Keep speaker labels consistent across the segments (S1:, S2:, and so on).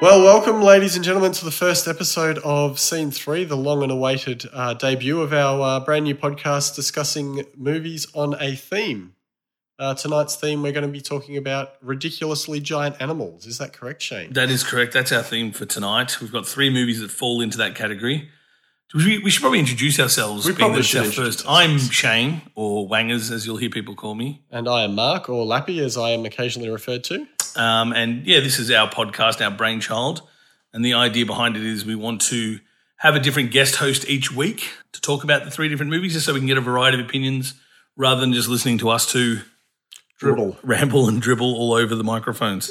S1: Well, welcome, ladies and gentlemen, to the first episode of Scene 3, the long and awaited uh, debut of our uh, brand new podcast discussing movies on a theme. Uh, tonight's theme, we're going to be talking about ridiculously giant animals. Is that correct, Shane?
S2: That is correct. That's our theme for tonight. We've got three movies that fall into that category. We, we should probably introduce ourselves.
S1: We
S2: being
S1: probably
S2: that it's
S1: should
S2: our
S1: introduce
S2: first. I'm Shane, or Wangers, as you'll hear people call me.
S1: And I am Mark, or Lappy, as I am occasionally referred to.
S2: Um, and yeah, this is our podcast, our brainchild. And the idea behind it is we want to have a different guest host each week to talk about the three different movies just so we can get a variety of opinions rather than just listening to us two
S1: Dribble.
S2: ramble and dribble all over the microphones.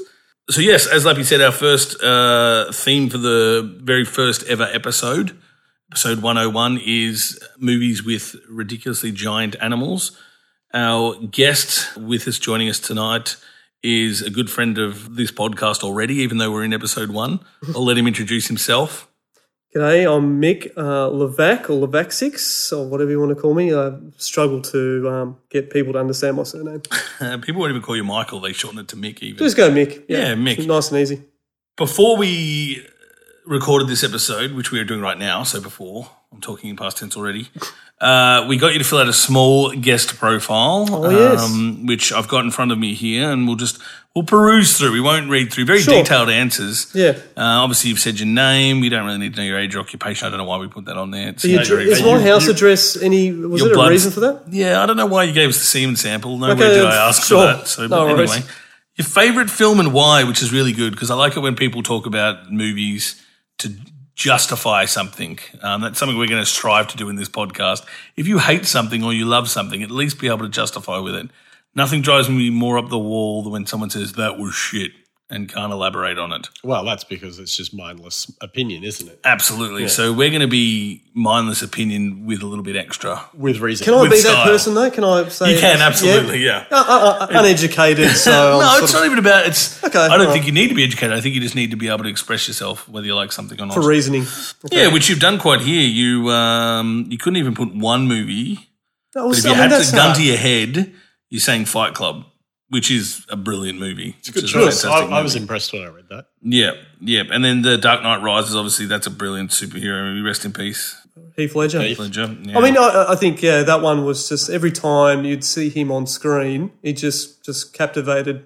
S2: So, yes, as Lappy said, our first uh, theme for the very first ever episode, episode 101, is movies with ridiculously giant animals. Our guest with us joining us tonight is a good friend of this podcast already, even though we're in episode one. I'll let him introduce himself.
S3: G'day, I'm Mick uh, Levac or Levac6 or whatever you want to call me. I struggle to um, get people to understand my surname.
S2: Uh, people won't even call you Michael, they shorten it to Mick even.
S3: Just go Mick.
S2: Yeah, Mick.
S3: It's Nice and easy.
S2: Before we recorded this episode, which we are doing right now, so before I'm talking in past tense already, uh, we got you to fill out a small guest profile, um,
S3: Oh, yes.
S2: which I've got in front of me here, and we'll just we'll peruse through. We won't read through very
S3: Sure.
S2: detailed answers.
S3: Yeah.
S2: Uh, obviously, you've said your name. We don't really need to know your age or occupation. I don't know why we put that on there. It's
S3: The
S2: not
S3: addre-
S2: very
S3: is
S2: valuable.
S3: my house address any, was
S2: Your
S3: there
S2: blood-
S3: a reason for that?
S2: Yeah, I don't know why you gave us the semen sample. Nowhere
S3: Okay,
S2: did I ask
S3: sure.
S2: for that. So
S3: No
S2: anyway,
S3: worries.
S2: your favorite film and why, which is really good because I like it when people talk about movies to justify something. Um, that's something we're going to strive to do in this podcast. If you hate something or you love something, at least be able to justify with it. Nothing drives me more up the wall than when someone says that was shit and can't elaborate on it.
S1: Well, that's because it's just mindless opinion, isn't it?
S2: Absolutely. So we're going to be mindless opinion with a little bit extra.
S1: With reason.
S3: Can I
S2: With
S3: be
S2: style.
S3: that person though? Can I say
S2: You can
S3: Yeah.
S2: absolutely, yeah.
S3: Uh, uh, uh, uneducated, so I'm
S2: no,
S3: sort
S2: it's
S3: of-
S2: not even about it's.
S3: Okay,
S2: I don't
S3: alright.
S2: think you need to be educated. I think you just need to be able to express yourself, whether you like something or not.
S3: for reasoning.
S2: Yeah, which you've done quite here. You um, you couldn't even put one movie.
S3: That
S2: But
S3: was-
S2: if you
S3: I mean,
S2: had
S3: that's
S2: to gun
S3: hard.
S2: to your head, you're saying Fight Club, which is a brilliant movie. It's a
S1: Good choice. I, I was impressed when I read that.
S2: Yeah, yeah. And then the Dark Knight Rises. Obviously, that's a brilliant superhero movie. Rest in peace,
S3: Heath Ledger.
S2: Ledger. Yeah.
S3: I mean, I, I think yeah, that one was just every time you'd see him on screen, he just just captivated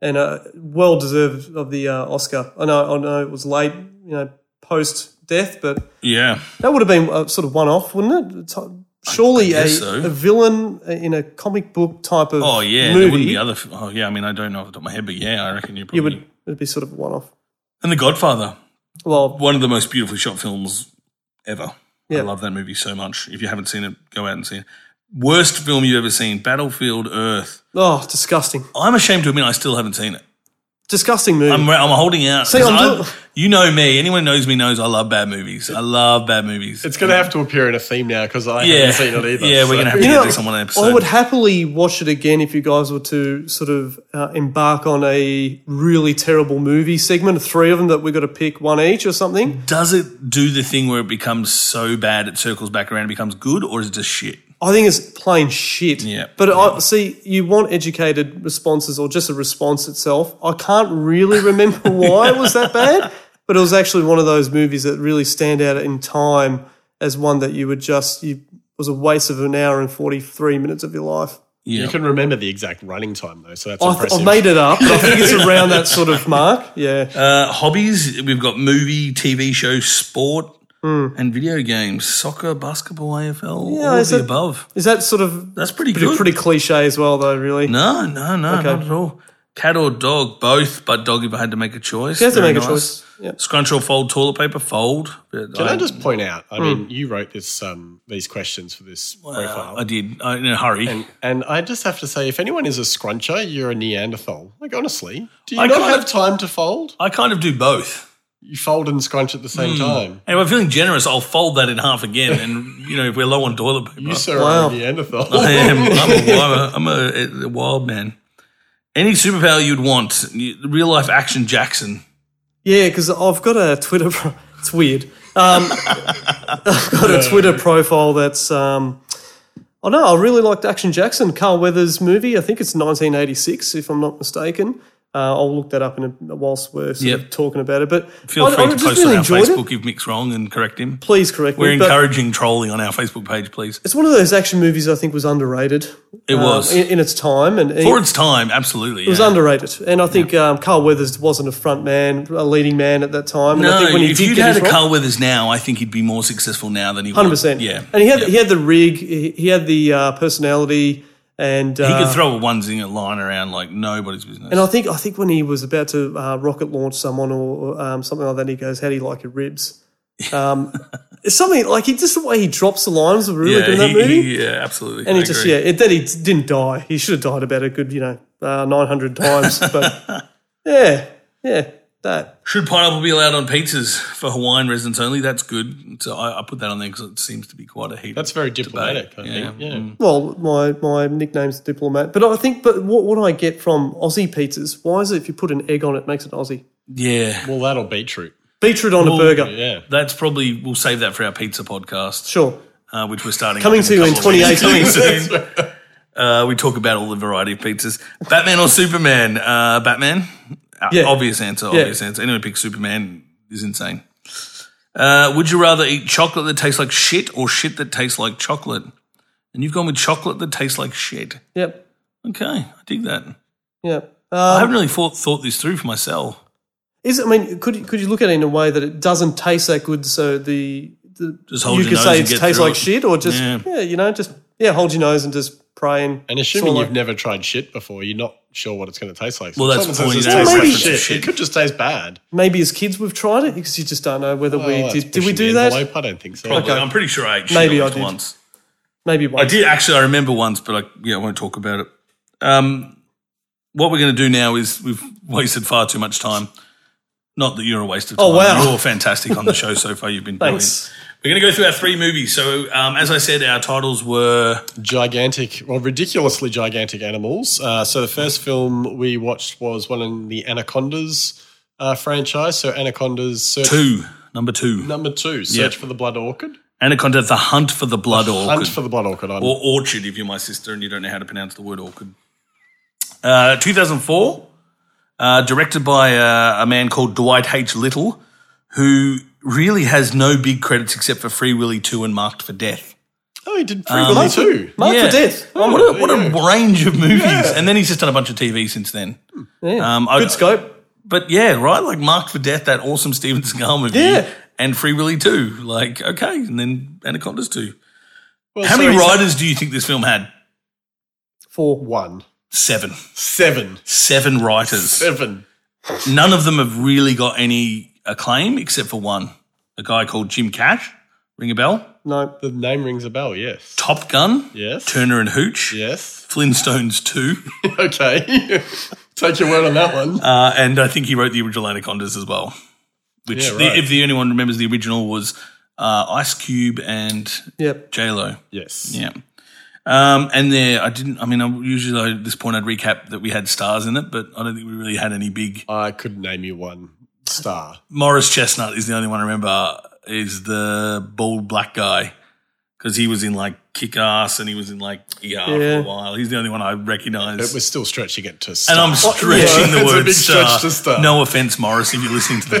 S3: and uh, well deserved of the uh, Oscar. I know, I know, it was late, you know, post death, but
S2: yeah.
S3: that would have been a sort of one off, wouldn't it? It's- uh, Surely a,
S2: guess so.
S3: a villain uh, in a comic book type of
S2: Oh yeah, there wouldn't
S3: movie,
S2: be other. f- Oh yeah, I mean, I don't know off the top of my head, but yeah, I reckon you probably.
S3: you would it'd be sort of one off.
S2: And The Godfather.
S3: Well,
S2: one of the most beautifully shot films ever. I
S3: Yeah.
S2: love that movie so much. If you haven't seen it, go out and see it. Worst film you've ever seen, Battlefield Earth.
S3: oh, disgusting,
S2: I'm ashamed to admit I still haven't seen it.
S3: disgusting movie.
S2: I'm, I'm holding out.
S3: See,
S2: 'cause
S3: I'm
S2: I-
S3: do-
S2: you know me. Anyone who knows me knows I love bad movies. I love bad movies.
S1: It's going to have to appear in a theme now because I
S2: yeah,
S1: haven't seen it either.
S2: yeah. We're
S1: so-
S2: gonna have to
S3: You
S2: get
S3: know,
S2: this on one episode.
S3: I would happily watch it again if you guys were to sort of uh, embark on a really terrible movie segment, three of them that we've got to pick one each or something.
S2: Does it do the thing where it becomes so bad it circles back around and becomes good, or is it just shit?
S3: I think it's plain shit.
S2: Yeah.
S3: But I see you want educated responses or just a response itself. I can't really remember why it was that bad, but it was actually one of those movies that really stand out in time as one that you would just you it was a waste of an hour and forty three minutes of your life.
S2: Yeah.
S1: You can remember the exact running time though, so that's
S3: I th-
S1: impressive.
S3: I've made it up, but I think it's around that sort of mark. Yeah.
S2: Uh, hobbies, we've got movie, TV show, sport,
S3: Hmm.
S2: and video games. Soccer, basketball, AFL, all of
S3: is
S2: the
S3: it-
S2: above.
S3: Is that sort of
S2: That's pretty
S3: pretty,
S2: good.
S3: pretty cliche as well, though? Really,
S2: no, no, no,
S3: Okay.
S2: not at all. Cat or dog, both, but dog if I had to make a choice.
S3: you have to
S2: Very
S3: make a
S2: nice.
S3: choice. Yeah.
S2: Scrunch or fold toilet paper, fold. uh,
S1: Can I just point out? I
S2: Hmm.
S1: mean, you wrote this um, these questions for this profile,
S2: I did I, in a hurry.
S1: and, and I just have to say, if anyone is a scruncher, you're a Neanderthal. Like honestly, do you
S2: I
S1: not
S2: kinda-
S1: have time to fold?
S2: I kind of do both.
S1: You fold and scrunch at the
S2: Hmm.
S1: same time.
S2: And if I'm feeling generous, I'll fold that in half again. And you know, if we're low on toilet paper,
S1: You sir
S3: Wow.
S1: are a Neanderthal.
S2: I am. I'm a, wild- I'm a, a wild man. Any superpower you'd want? You- Real life action Jackson.
S3: Yeah, because I've got a Twitter. Pro- it's weird. Um, I've got a Twitter profile that's. Um, I know. I really liked Action Jackson, Carl Weathers' movie. I think it's 1986, if I'm not mistaken. Uh, I'll look that up in a, whilst we're sort of
S2: Yep.
S3: talking about it. But
S2: Feel
S3: I,
S2: free
S3: I
S2: to
S3: just
S2: post
S3: really
S2: on our
S3: enjoyed
S2: Facebook
S3: it.
S2: if Mick's wrong and correct him.
S3: Please correct
S2: We're
S3: me. but-
S2: encouraging trolling on our Facebook page, please.
S3: It's one of those action movies I think was underrated. um,
S2: It was.
S3: in, in its time, and
S2: For
S3: it
S2: its time, absolutely.
S3: was underrated. And I think um, Carl Weathers wasn't a front man, a leading man at that time. and I
S2: No,
S3: think when he
S2: if
S3: did
S2: you'd
S3: get
S2: had
S3: his
S2: a
S3: role-
S2: Carl Weathers now, I think he'd be more successful now than he was.
S3: hundred percent.
S2: Yeah.
S3: and he had
S2: yeah.
S3: he had the rig, he, he had the uh, personality, and uh,
S2: He could throw a one zinger line around like nobody's business.
S3: And I think I think when he was about to uh, rocket launch someone or, or um, something like that, he goes, "How do you like your ribs?" Um, it's something like he just the way he drops the lines were really good in that
S2: he,
S3: movie.
S2: he- yeah, absolutely.
S3: and
S2: I
S3: he just
S2: agree.
S3: yeah, it, then he didn't die. He should have died about a good you know uh, nine hundred times. But yeah, yeah, that
S2: Should pineapple be allowed on pizzas for Hawaiian residents only? That's good. So I, I put that on there because it seems to be quite a heat.
S1: That's very diplomatic, I
S2: yeah. mm.
S1: think. Yeah.
S3: well, my my nickname's diplomat. But I think but what what I get from Aussie pizzas? Why is it if you put an egg on it, makes it Aussie?
S2: yeah.
S1: Well, that'll beetroot.
S3: Beetroot on a burger,
S1: Yeah.
S2: That's probably we'll save that for our pizza podcast,
S3: sure.
S2: uh, which we're starting
S3: Coming
S2: up
S3: to you
S2: a
S3: in
S2: couple of weeks.
S3: 2018.
S2: Coming soon. Uh, we talk about all the variety of pizzas. Batman or Superman? Uh, Batman. Uh,
S3: Yeah.
S2: Obvious answer. Obvious answer. Anyone pick Superman is insane. Uh, would you rather eat chocolate that tastes like shit or shit that tastes like chocolate? And you've gone with chocolate that tastes like shit.
S3: Yep,
S2: Okay, I dig that.
S3: yep.
S2: I
S3: Um,
S2: haven't really thought thought this through for myself.
S3: Is I mean, could you- could you look at it in a way that it doesn't taste that good? So the, the
S2: Just hold
S3: you
S2: your
S3: could
S2: nose
S3: say
S2: and
S3: it
S2: get
S3: tastes
S2: through
S3: like
S2: it.
S3: shit, or just
S2: Yeah.
S3: yeah. you know, just yeah, hold your nose and just pray and.
S1: And assuming
S3: swallow.
S1: you've never tried shit before, you're not sure what it's going to taste like. So
S2: Well,
S1: if
S2: that's
S1: someone
S2: the
S1: says
S2: point,
S1: it
S3: you know,
S1: tastes like
S3: it's
S2: reference to
S1: shit. It
S2: shit.
S1: could just taste bad.
S3: maybe as kids we've tried it because you just don't know whether
S1: Oh,
S3: we
S1: that's
S3: did. Did we
S1: pushing the
S3: do that?
S1: envelope. I don't think so.
S2: Probably,
S3: Okay.
S2: I'm pretty sure I ate shit
S3: Maybe
S2: at
S3: I
S2: least
S3: did.
S2: once.
S3: Maybe once.
S2: I did actually. I remember once, but I yeah, I won't talk about it. Um, what we're going to do now is we've wasted far too much time. Not that you're a waste of time.
S3: Oh, wow.
S2: You're all fantastic on the show so far. You've been brilliant.
S3: Thanks.
S2: We're going to go through our three movies. So, um, as I said, our titles were
S1: gigantic, well, ridiculously gigantic animals. Uh, so the first film we watched was one in the Anacondas uh, franchise. So Anacondas Search
S2: two, number two,
S1: number two, Search for the Blood Orchid,
S2: Anaconda: The Hunt for the Blood Orchid,
S1: Hunt for the Blood Orchid. I'm-
S2: or orchid if you're my sister and you don't know how to pronounce the word orchid. Uh, 2004, uh, directed by uh, a man called Dwight H. Little, who really has no big credits except for Free Willy 2 and Marked for Death.
S1: oh, he did
S2: Um,
S1: Free Willy too.
S3: Mark
S2: Yeah.
S3: for death. Oh,
S2: What a, what a range of movies. And then he's just done a bunch of TV since then.
S3: Hmm. yeah.
S2: Um, I-
S3: Good scope.
S2: But yeah, right? Like Marked for Death, that awesome Steven Seagal movie.
S3: Yeah.
S2: And Free Willy 2. Like, okay. And then Anacondas 2.
S1: Well,
S2: How
S1: so
S2: many
S1: he's done
S2: riders do you think this film had?
S3: Four.
S1: One,
S2: Seven.
S1: seven,
S2: Seven writers.
S1: seven.
S2: none of them have really got any acclaim except for one, a guy called Jim Cash. Ring a bell?
S3: No.
S1: The name rings a bell. Yes,
S2: Top Gun,
S1: yes,
S2: Turner and Hooch,
S1: yes.
S2: Flintstones Two,
S1: Okay, take your word on that one.
S2: uh, and I think he wrote the original Anacondas as well. Which,
S1: Yeah,
S2: the-
S1: right.
S2: if the anyone remembers, the original was uh, Ice Cube and
S3: Yep.
S2: J Lo.
S1: yes,
S2: Yeah. Um, and there, I didn't. I mean, I, usually at this point I'd recap that we had stars in it, but I don't think we really had any big.
S1: I could name you one star.
S2: Morris Chestnut is the only one I remember is the bald black guy because he was in like Kick Ass and he was in like ER
S3: Yeah.
S2: for a while. He's the only one I recognise.
S1: It was still stretching it to. Star.
S2: and I'm stretching
S1: Yeah, it's
S2: the
S1: a
S2: word
S1: big stretch
S2: star.
S1: to star.
S2: No offense, Morris, if you're listening to the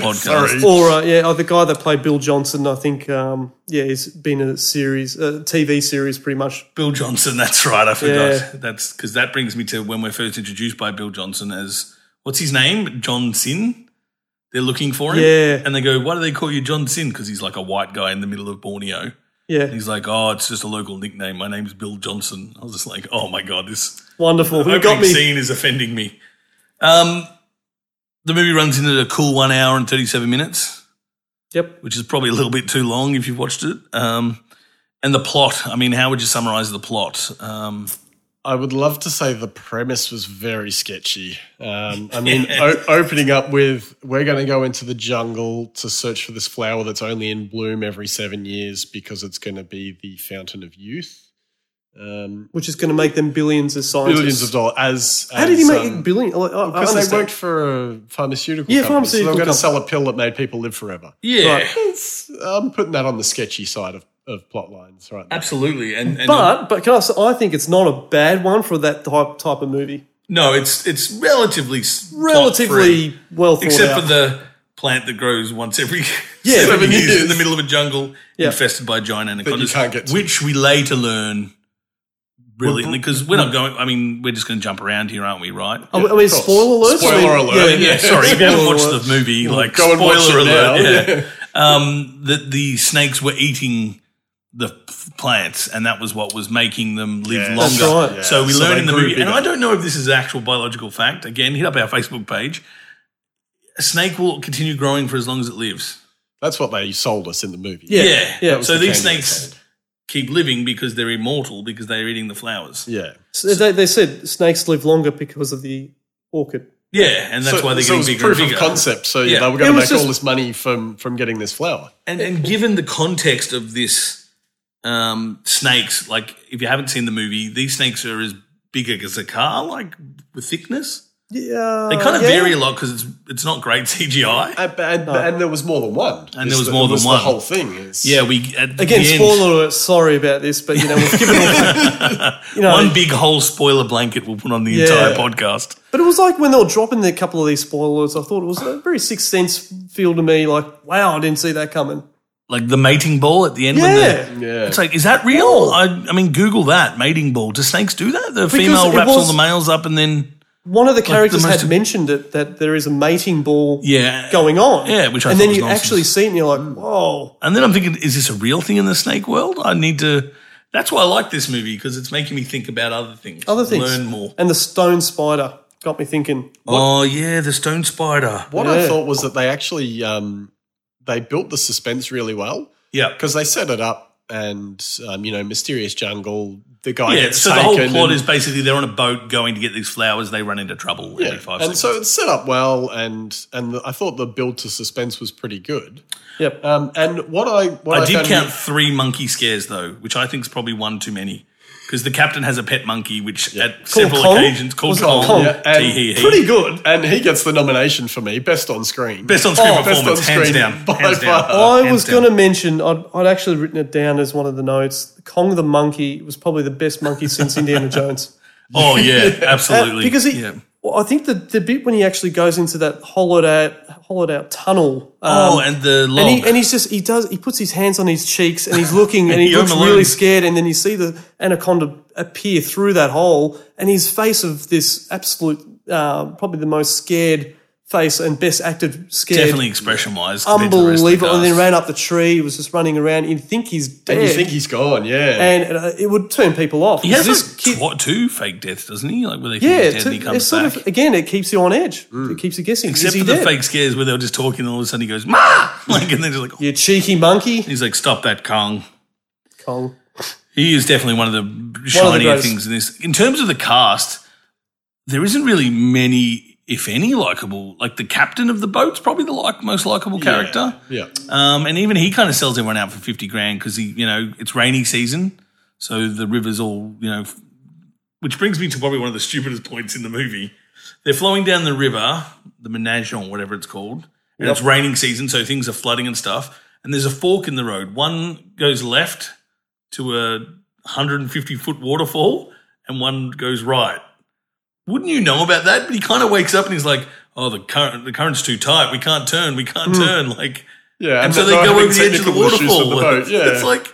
S2: podcast.
S1: Sorry.
S3: Or uh, yeah, oh, the guy that played Bill Johnson. I think um, yeah, he's been in a series, a TV series, pretty much.
S2: Bill Johnson, that's right. I forgot.
S3: Yeah.
S2: That's because that brings me to when we're first introduced by Bill Johnson as what's his name? John Sin. They're looking for him.
S3: Yeah.
S2: And they go, why do they call you John Sin? Because he's like a white guy in the middle of Borneo.
S3: Yeah,
S2: He's like, oh, it's just a local nickname. My name's Bill Johnson. I was just like, oh my god, this
S3: wonderful. Who got
S2: opening
S3: me?
S2: scene is offending me. Um, the movie runs into a cool one hour and thirty-seven minutes,
S3: Yep.
S2: which is probably a little bit too long if you've watched it. Um, and the plot. I mean, how would you summarize the plot? Um,
S1: I would love to say the premise was very sketchy. Um, I mean, o- opening up with we're going to go into the jungle to search for this flower that's only in bloom every seven years because it's going to be the fountain of youth. Um,
S3: Which is going to make them billions of scientists.
S1: billions of dollars. As,
S3: How did he make
S1: um,
S3: billion? Like, I, I
S1: Because they
S3: understand.
S1: worked for a pharmaceutical
S3: Yeah,
S1: company,
S3: pharmaceutical
S1: so they were going
S3: company.
S1: to sell a pill that made people live forever.
S2: yeah,
S3: Right.
S1: It's, I'm putting that on the sketchy side of, of plot lines, right? Now.
S2: absolutely. And, and
S3: But but can I say, I think it's not a bad one for that type type of movie.
S2: No, it's it's relatively s-
S3: Relatively
S2: plot-free,
S3: well thought
S2: except
S3: out.
S2: for the plant that grows once every
S3: Yeah,
S2: seven
S1: but it
S2: years in
S1: is.
S2: the middle of a jungle
S3: Yeah.
S2: infested by giant anacondas,
S1: can't get to.
S2: which we later learn brilliantly because we're not going. I mean, we're just going to jump around here, aren't we? Right?
S3: I mean, I mean,
S1: course.
S3: Oh, spoiler alert.
S1: Spoiler
S3: I mean,
S1: alert,
S2: yeah, sorry, if you haven't
S3: Spoiler
S2: watched
S3: alert.
S2: the movie, like
S1: go and watch
S2: spoiler
S1: it now.
S2: alert, yeah. um, that the snakes were eating the f- plants, and that was what was making them live
S1: Yeah.
S2: longer.
S1: That's
S3: right. Yeah.
S2: So we
S1: So
S2: learn
S1: they
S2: in the
S1: grew
S2: movie, and
S1: bigger.
S2: I don't know if this is actual biological fact. Again, hit up our Facebook page. A snake will continue growing for as long as it lives.
S1: That's what they sold us in the movie.
S3: Yeah.
S2: Yeah.
S3: That was
S2: So
S1: the
S2: these
S1: candy they
S2: snakes
S1: sold.
S2: keep living because they're immortal because they're eating the flowers. Yeah,
S1: Yeah.
S3: So they, they said snakes live longer because of the orchid.
S2: and that's
S1: so,
S2: why they're
S1: so it
S2: getting
S1: was
S2: bigger
S1: proof
S2: and bigger.
S1: of concept. So
S2: Yeah.
S1: they were going
S3: It
S1: to
S3: was
S1: make
S3: just-
S1: all this money from from getting this flower.
S2: And, and given the context of this, um, snakes, like if you haven't seen the movie, these snakes are as big as a car, like with thickness.
S3: Yeah,
S2: They kind of
S3: Uh, yeah. Uh,
S2: vary a lot because it's, it's not great CGI.
S1: And, and, and there was more than one.
S2: there
S1: It's
S2: was
S1: the- it
S2: more than
S1: was
S2: one.
S1: The whole thing is
S2: Yeah, we at the
S3: Again,
S2: end,
S3: spoiler alert. Sorry about this, but you know we've given all, you know.
S2: one big whole spoiler blanket we'll put on the entire podcast.
S3: but it was like when they were dropping a couple of these spoilers, I thought it was a very sixth sense feel to me. Like, wow, I didn't see that coming.
S2: Like the mating ball at the end. when
S3: Yeah.
S2: the-
S1: Yeah.
S2: It's like, is that real? I, I mean, Google that mating ball. Do snakes do that? The female
S3: it
S2: wraps
S3: was-
S2: all the males up and then.
S3: One of the characters
S2: most-
S3: had mentioned it that there is a mating ball
S2: Yeah.
S3: going on.
S2: Yeah, which I thought
S3: and then
S2: was
S3: you
S2: nonsense.
S3: actually see it and you're like, whoa.
S2: And then I'm thinking, is this a real thing in the snake world? I need to. That's why I like this movie because it's making me think about other things,
S3: Other things.
S2: learn more.
S3: And the stone spider got me thinking.
S2: Oh yeah, the stone spider.
S1: What
S3: Yeah.
S1: I thought was that they actually um, they built the suspense really well
S2: Yeah,
S1: because they set it up and um, you know mysterious jungle. The guy
S2: yeah.
S1: gets
S2: So the whole
S1: taken
S2: plot
S1: and-
S2: is basically they're on a boat going to get these flowers. They run into trouble every five
S1: and
S2: seconds.
S1: so it's set up well, and and I thought the build to suspense was pretty good.
S3: Yep.
S1: Um, and what I what I,
S2: I did
S1: found-
S2: count three monkey scares though, which I think is probably one too many. Because the captain has a pet monkey, which at several
S3: Kong?
S2: occasions called
S3: Was it
S2: Kong.
S3: Kong?
S1: Yeah, and
S2: Tee hee hee.
S1: pretty good, and he gets the nomination for me, best on screen,
S2: Best on screen
S1: Oh, best
S2: performance,
S1: on
S2: hands
S1: screen
S2: down.
S1: by
S2: hands down.
S1: far.
S2: Uh,
S3: I
S2: hands
S3: was
S2: down.
S3: going to mention, I'd, I'd actually written it down as one of the notes. Kong the monkey was probably the best monkey since Indiana Jones.
S2: Oh yeah, absolutely.
S3: Uh, Because he, um,
S2: Yeah.
S3: well, I think the, the bit when he actually goes into that hollowed out, hollowed out tunnel.
S2: Oh,
S3: um,
S2: and the log.
S3: and, he, and he's just he does he puts his hands on his cheeks and he's looking and he
S2: You're
S3: looks
S2: Malone.
S3: really scared and then you see the anaconda appear through that hole and his face of this absolute uh, probably the most scared face and best acted scared
S2: definitely expression wise.
S3: unbelievable and then ran up the tree he was just running around you'd think he's dead
S1: And you think he's gone, yeah.
S3: and uh, it would turn people off
S2: he has
S3: this
S2: like
S3: kid-
S2: tw- two fake deaths, doesn't he? Like where they think
S3: yeah
S2: he's dead
S3: to-
S2: and he comes
S3: it's sort
S2: back. Mm.
S3: of again it keeps you on edge it keeps you guessing
S2: Except
S3: is he
S2: for the
S3: dead?
S2: fake scares where they're just talking and all of a sudden he goes ma like and they're just like
S3: you cheeky monkey
S2: he's like stop that Kong.
S3: Kong
S2: He is definitely one of the shinier
S3: greatest.
S2: things in this. In terms of the cast, there isn't really many, if any, likable. Like the captain of the boat's probably the like most likable character.
S1: yeah.
S2: Um, and even he kind of sells everyone out for 50 grand because he, you know, it's rainy season. So the river's all, you know, f- which brings me to probably one of the stupidest points in the movie. They're flowing down the river, the Menagerie, whatever it's called, and it's raining season. So things are flooding and stuff. And there's a fork in the road. One goes left to a 150 foot waterfall and one goes right. Wouldn't you know about that? But he kind of wakes up and he's like, oh, the current, the current's too tight. We can't turn. We can't turn. Like,
S1: Yeah,
S2: and, so
S1: that
S2: they
S1: they're
S2: go
S1: having
S2: over the edge of the
S1: technical issues with
S2: waterfall.
S1: the boat, yeah.
S2: It's like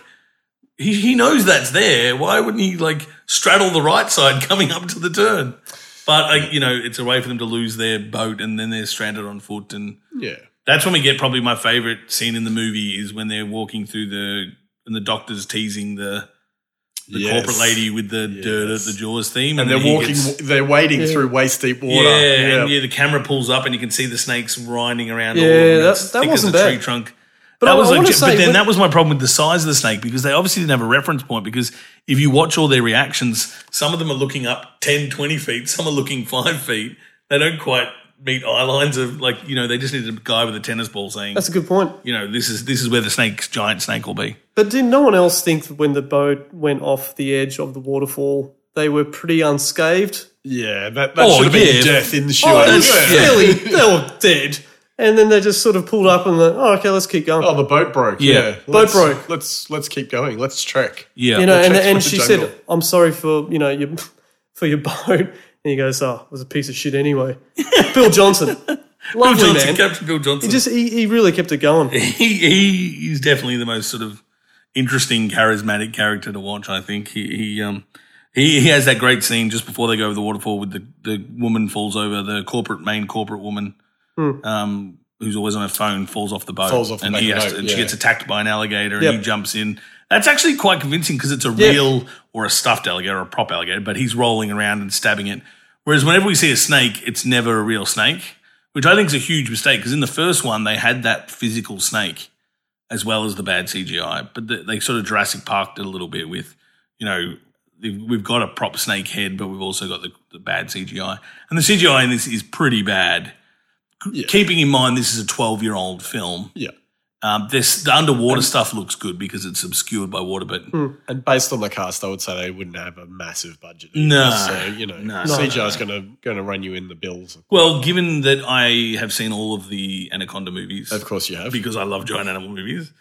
S2: he, he knows that's there. Why wouldn't he like straddle the right side coming up to the turn? But like, you know, it's a way for them to lose their boat, and then they're stranded on foot. And
S1: yeah,
S2: that's when we get probably my favorite scene in the movie is when they're walking through the and the doctor's teasing the the
S1: Yes.
S2: corporate lady with the dirt
S1: Yes.
S2: at the Jaws theme,
S1: And they're
S2: then he
S1: walking,
S2: gets-
S1: they're wading through waist deep water.
S2: yeah, and yeah, the camera pulls up and you can see the snakes winding around. all
S3: Yeah,
S2: and
S3: that-
S2: it's
S3: that
S2: thick
S3: wasn't
S2: as a tree
S3: bad.
S2: trunk.
S3: But
S2: that
S3: I-
S2: was
S3: I wanna
S2: legit.
S3: say
S2: but then
S3: when-
S2: that was my problem with the size of the snake because they obviously didn't have a reference point. Because if you watch all their reactions, some of them are looking up 10, 20 feet, some are looking five feet. They don't quite meet eye lines of like you know they just need a guy with a tennis ball saying
S3: that's a good point
S2: you know this is this is where the snake's giant snake will be.
S3: But did no one else think that when the boat went off the edge of the waterfall, they were pretty unscathed?
S1: Yeah, that, that
S2: Oh,
S1: should have
S2: yeah.
S1: been death in the shoe.
S3: Oh,
S1: Oh,
S3: they were
S1: yeah.
S3: fairly, they were dead. And then they just sort of pulled up and like, oh, okay, let's keep going.
S1: oh, the boat broke.
S2: Yeah.
S1: Yeah,
S2: Boat
S1: Let's-
S3: broke.
S1: Let's let's keep going. Let's trek.
S2: Yeah,
S3: you know, and,
S1: checks
S3: and
S1: with the
S3: she
S1: jungle.
S3: said, "I'm sorry for you know your for your boat." and he goes, "Oh, it was a piece of shit anyway." Bill Johnson,
S2: Bill
S3: lovely
S2: Johnson,
S3: man.
S2: Captain Bill Johnson.
S3: he just he, he really kept it going.
S2: he, he is definitely the most sort of interesting, charismatic character to watch. I think he he um he, he has that great scene just before they go over the waterfall with the the woman falls over the corporate main corporate woman
S3: Hmm.
S2: um who's always on her phone falls off the boat
S1: Falls off the
S2: and
S1: back
S2: he
S1: of the boat,
S2: has to, and she
S1: yeah.
S2: gets attacked by an alligator
S3: Yep.
S2: and he jumps in. That's actually quite convincing because it's a
S3: Yeah.
S2: real or a stuffed alligator or a prop alligator, but he's rolling around and stabbing it. Whereas whenever we see a snake, it's never a real snake, which I think is a huge mistake because in the first one they had that physical snake as well as the bad CGI, but the, they sort of Jurassic Parked it a little bit with, you know, the- we've got a prop snake head, but we've also got the, the bad CGI, and the CGI in this is pretty bad.
S1: Yeah.
S2: Keeping in mind this is a twelve-year-old film,
S1: Yeah.
S2: um, this the underwater stuff looks good because it's obscured by water, but
S1: And based on the cast, I would say they wouldn't have a massive budget.
S2: No.
S1: So, you know,
S2: No.
S1: CGI is going to going to run you in the bills.
S2: well, given that I have seen all of the Anaconda movies,
S1: Of course you have.
S2: because I love giant animal movies,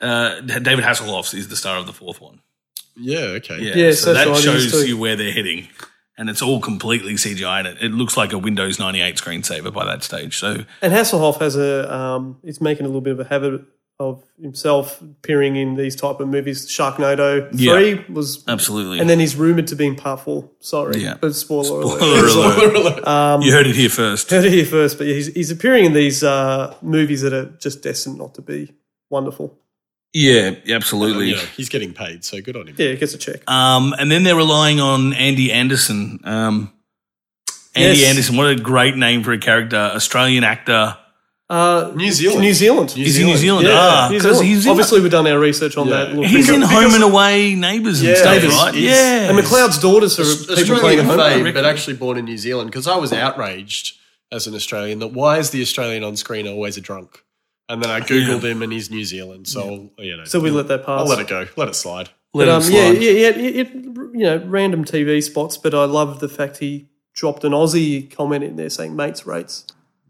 S2: uh, David Hasselhoff is the star of the fourth one.
S1: Yeah, okay.
S2: Yeah,
S3: Yeah,
S2: so,
S3: so
S2: that
S3: that's what it is
S2: shows
S3: too.
S2: you where they're heading, and it's all completely CGI. And it, it looks like a Windows ninety eight screensaver by that stage. So
S3: And Hasselhoff has a um, he's making a little bit of a habit of himself appearing in these type of movies. Sharknado
S2: Yeah.
S3: three was,
S2: absolutely,
S3: and then he's rumored to be in part four. Sorry,
S2: Yeah.
S3: but spoiler, alert. Um,
S2: Spoiler alert. you heard it here first.
S3: Heard it here first, but yeah, he's, he's appearing in these uh, movies that are just destined not to be wonderful.
S2: Yeah, absolutely.
S1: You know, he's getting paid, so good on him.
S3: Yeah, it gets a check.
S2: Um, and then they're relying on Andy Anderson. Um, Andy
S3: Yes.
S2: Anderson, what a great name for a character, Australian actor.
S3: Uh,
S1: New Zealand.
S3: New Zealand.
S1: New
S2: He's in New Zealand.
S1: Yeah.
S2: Ah,
S3: New
S2: 'cause
S3: Zealand.
S2: he's in,
S3: Obviously, we've done our research on
S1: Yeah.
S3: that. Look,
S2: he's in
S3: because-
S2: Home and Away, Neighbours and
S3: Yeah.
S2: stuff,
S3: Neighbours
S2: right?
S1: is-
S2: yeah.
S3: And McLeod's daughters are people playing
S1: Australian
S3: at home.
S1: fame, but actually born in New Zealand. Because I was outraged as an Australian that why is the Australian on screen always a drunk? And then I googled him, and he's New Zealand. So you know,
S3: So we let that pass.
S1: I'll let it go. Let it slide.
S2: Let
S3: But,
S2: him
S3: um, yeah,
S2: slide.
S3: yeah, yeah, it, it- you know, random TV spots, but I love the fact he dropped an Aussie comment in there saying mates rates.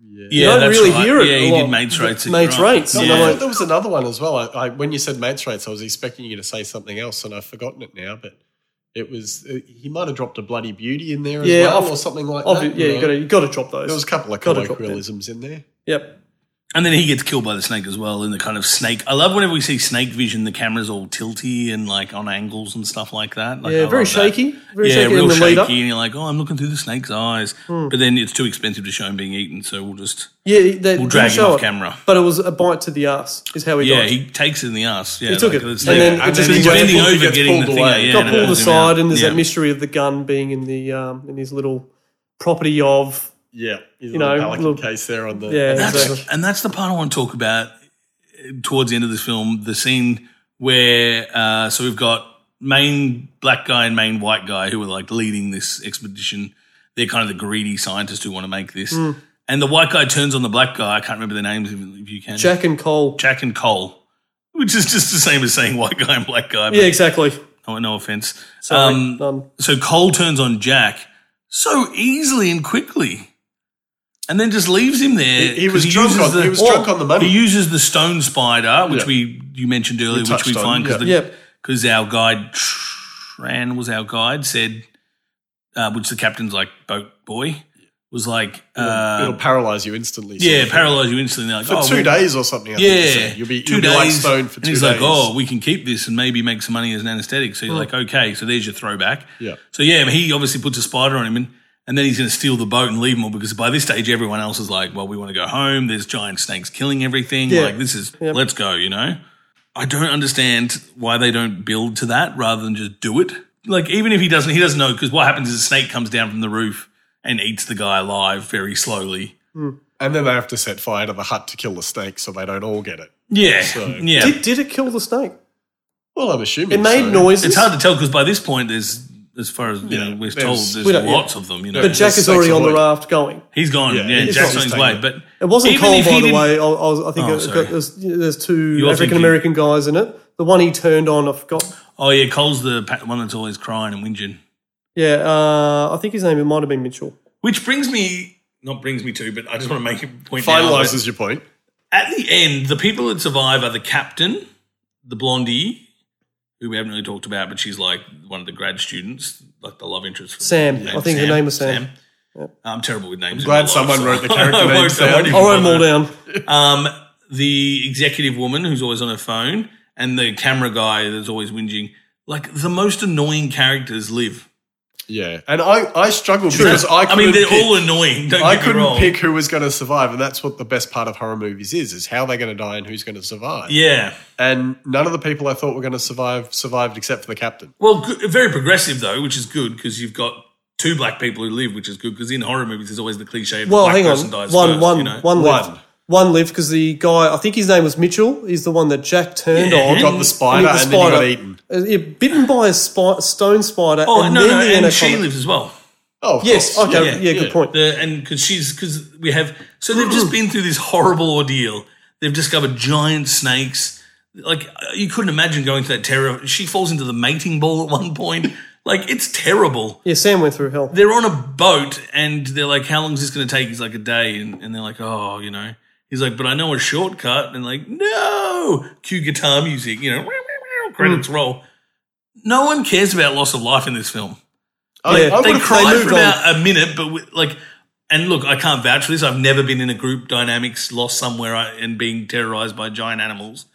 S2: Yeah,
S3: don't
S2: that's
S3: really
S2: right.
S3: hear it
S2: Yeah,
S3: a
S2: he
S3: lot.
S2: did Mates Rates. you're
S3: Mates
S2: right.
S3: Rates.
S2: Yeah.
S3: I'm
S1: I
S3: like-
S1: thought there was another one as well. I, I, when you said mates rates, I was expecting you to say something else, and I've forgotten it now. But it was uh, he might have dropped a bloody beauty in there as
S3: Yeah,
S1: well,
S3: obvi-
S1: or something like
S3: Obvi-
S1: that.
S3: yeah, you got to you got to drop those.
S1: there was a couple of
S3: gotta drop
S1: colloquialisms in there.
S3: yep.
S2: And then he gets killed by the snake as well in the kind of snake. I love whenever we see snake vision, the camera's all tilty and like on angles and stuff like that. Like, I
S3: Yeah, very
S2: love that.
S3: shaky. Very
S2: yeah,
S3: shaky
S2: real
S3: in the
S2: shaky.
S3: lead up. Hmm.
S2: And you're like, oh, I'm looking through the snake's eyes. But then it's too expensive to show him being eaten, so we'll just.
S3: Yeah, they didn't
S2: drag him
S3: show
S2: off
S3: it,
S2: camera.
S3: But it was a bite to the ass. Is how he
S2: Yeah,
S3: died.
S2: he takes it in the ass. Yeah,
S3: He took it.
S2: it's
S3: And
S2: there.
S3: then it just-
S2: he's
S3: he gets
S2: bending
S1: pulled- he
S2: over,
S1: gets
S2: getting the
S1: pulled
S2: thing.
S1: away.
S2: out. Yeah,
S1: He
S3: got
S2: and it
S3: pulled
S2: pulls him
S3: aside,
S2: out.
S3: and there's
S2: Yeah.
S3: that mystery of the gun being in the um, in his little property of
S1: Yeah, he's a
S3: You
S1: little
S3: know,
S1: pelican
S3: little-
S1: case there on the
S3: Yeah,
S1: on the
S2: That's-
S3: exactly.
S2: and that's the part I want to talk about uh, towards the end of this film. The scene where uh, so we've got main black guy and main white guy who are like leading this expedition. They're kind of the greedy scientists who want to make this.
S3: Hmm.
S2: And the white guy turns on the black guy. I can't remember their names if, if you can.
S3: Jack and Cole.
S2: Jack and Cole, which is just the same as saying white guy and black guy. But
S3: Yeah, exactly.
S2: no, no offense.
S3: Sorry,
S2: Um,
S3: none.
S2: so Cole turns on Jack so easily and quickly, and then just leaves him there.
S1: He- he was
S2: 'cause
S1: drunk
S2: uses
S1: on- he was drunk on the money.
S2: He uses the stone spider, which
S1: Yeah.
S2: we you mentioned earlier, which we
S1: touched on,
S2: find because
S1: yeah.
S3: Yep.
S2: because our guide Tran was our guide said, uh, which the captain's like boat boy was like,
S1: It'll
S2: uh,
S1: paralyze you instantly. sort
S2: yeah,
S1: of thing.
S2: paralyze you instantly. They're Like,
S1: for
S2: oh,
S1: two
S2: well,
S1: days or something. I think
S2: yeah,
S1: they said. you'll be, you'll be like stoned for
S2: and
S1: two
S2: he's
S1: days. Hmm.
S2: like, oh, we can keep this and maybe make some money as an anesthetic. So you're like, okay, so there's your throwback.
S1: Yeah.
S2: So yeah, he obviously puts a spider on him, and, and then he's going to steal the boat and leave them all because by this stage everyone else is like, well, we want to go home. There's giant snakes killing everything.
S3: Yeah.
S2: Like this is let's go. You know, I don't understand why they don't build to that rather than just do it. Like even if he doesn't, he doesn't know because what happens is a snake comes down from the roof and eats the guy alive very slowly.
S1: and then they have to set fire to the hut to kill the snake, so they don't all get it.
S2: Yeah,
S1: So-
S2: yeah.
S3: Did, did it kill the snake?
S1: Well, I'm assuming
S3: It made
S1: so.
S3: noises.
S2: It's hard to tell because by this point, there's as far as you
S1: Yeah,
S2: know, we're
S1: there's-
S2: told there's
S3: we don't-
S2: lots of them. You know,
S3: but Jack
S1: The
S3: is already
S1: snakes
S3: on the
S1: avoid.
S3: raft going.
S2: he's gone.
S1: Yeah,
S2: Yeah,
S1: he's
S2: Jack's
S1: gone.
S2: on his way. But
S3: It wasn't
S2: even
S3: Cole,
S2: if he
S3: by the
S2: didn't-
S3: way. I, I, was, I think
S2: Oh,
S3: it- it
S2: sorry.
S3: got, there's, there's two
S2: You're
S3: African American guys in it. The one he turned on, I forgot.
S2: Oh yeah, Cole's the pa- one that's always crying and whinging.
S3: Yeah, uh, I think his name it might have been Mitchell.
S2: Which brings me, not brings me to, but I just want to make a point. now, that
S1: Finalizes your point.
S2: at the end, the people that survive are the captain, the blondie, who we haven't really talked about, but she's like one of the grad students like the love interest. for-
S3: Sam,
S2: named
S3: I think the name was Sam.
S2: Uh, I'm terrible with names. in
S1: glad
S2: my life,
S1: someone
S2: so-
S1: wrote the character
S2: I
S1: name
S2: won't- I
S1: Sam.
S2: won't even
S3: I wrote them
S2: bother.
S3: all down.
S2: Um, the executive woman who's always on her phone, and the camera guy that's always whinging. Like the most annoying characters live.
S1: Yeah, and I, I struggled because I
S2: I
S1: couldn't
S2: mean, they're
S1: pick,
S2: all annoying. Don't
S1: I
S2: get me
S1: couldn't
S2: wrong.
S1: pick who was going to survive, and that's what the best part of horror movies is: is how they're going to die and who's going to survive.
S2: Yeah.
S1: And none of the people I thought were going to survive survived except for the captain.
S2: Well, good, very progressive though, which is good because you've got two black people who live, which is good because in horror movies there's always the cliche. Of the
S3: Well,
S2: black
S3: hang
S2: person
S3: on.
S2: dies
S3: One,
S2: first,
S3: one,
S2: you know?
S3: one lived.
S1: One.
S3: One, lived because the guy, I think his name was Mitchell, he's the one that Jack turned
S2: Yeah.
S3: on.
S2: Got
S1: Got the spider, and,
S3: And he- the
S1: then he got
S3: spider.
S1: eaten.
S3: Uh, yeah, bitten by a spi- stone spider.
S2: Oh
S3: and
S2: no,
S3: then
S2: no,
S3: the
S2: and she
S3: anaconda-
S2: lives as well.
S1: Oh, of
S3: Yes.
S1: course.
S3: Okay.
S2: Yeah,
S3: Yeah.
S1: yeah.
S3: Good point.
S2: The, and because she's because we have so they've just been through this horrible ordeal. They've discovered giant snakes. Like uh, you couldn't imagine going to that terror. She falls into the mating bowl at one point. Like it's terrible.
S3: Yeah, Sam went through hell.
S2: They're on a boat and they're like, "How long is this going to take?" He's like, "A day," and, and they're like, "Oh, you know." He's like, "But I know a shortcut." And like, no, cue guitar music. You know, "Wow, wow, wow," credits roll. No one cares about loss of life in this film
S1: I,
S3: Yeah.
S1: I
S2: they
S1: would've-
S2: cried
S3: moved
S2: for about a minute, but we, like, and look, I can't vouch for this. I've never been in a group dynamics lost somewhere I- and being terrorized by giant animals.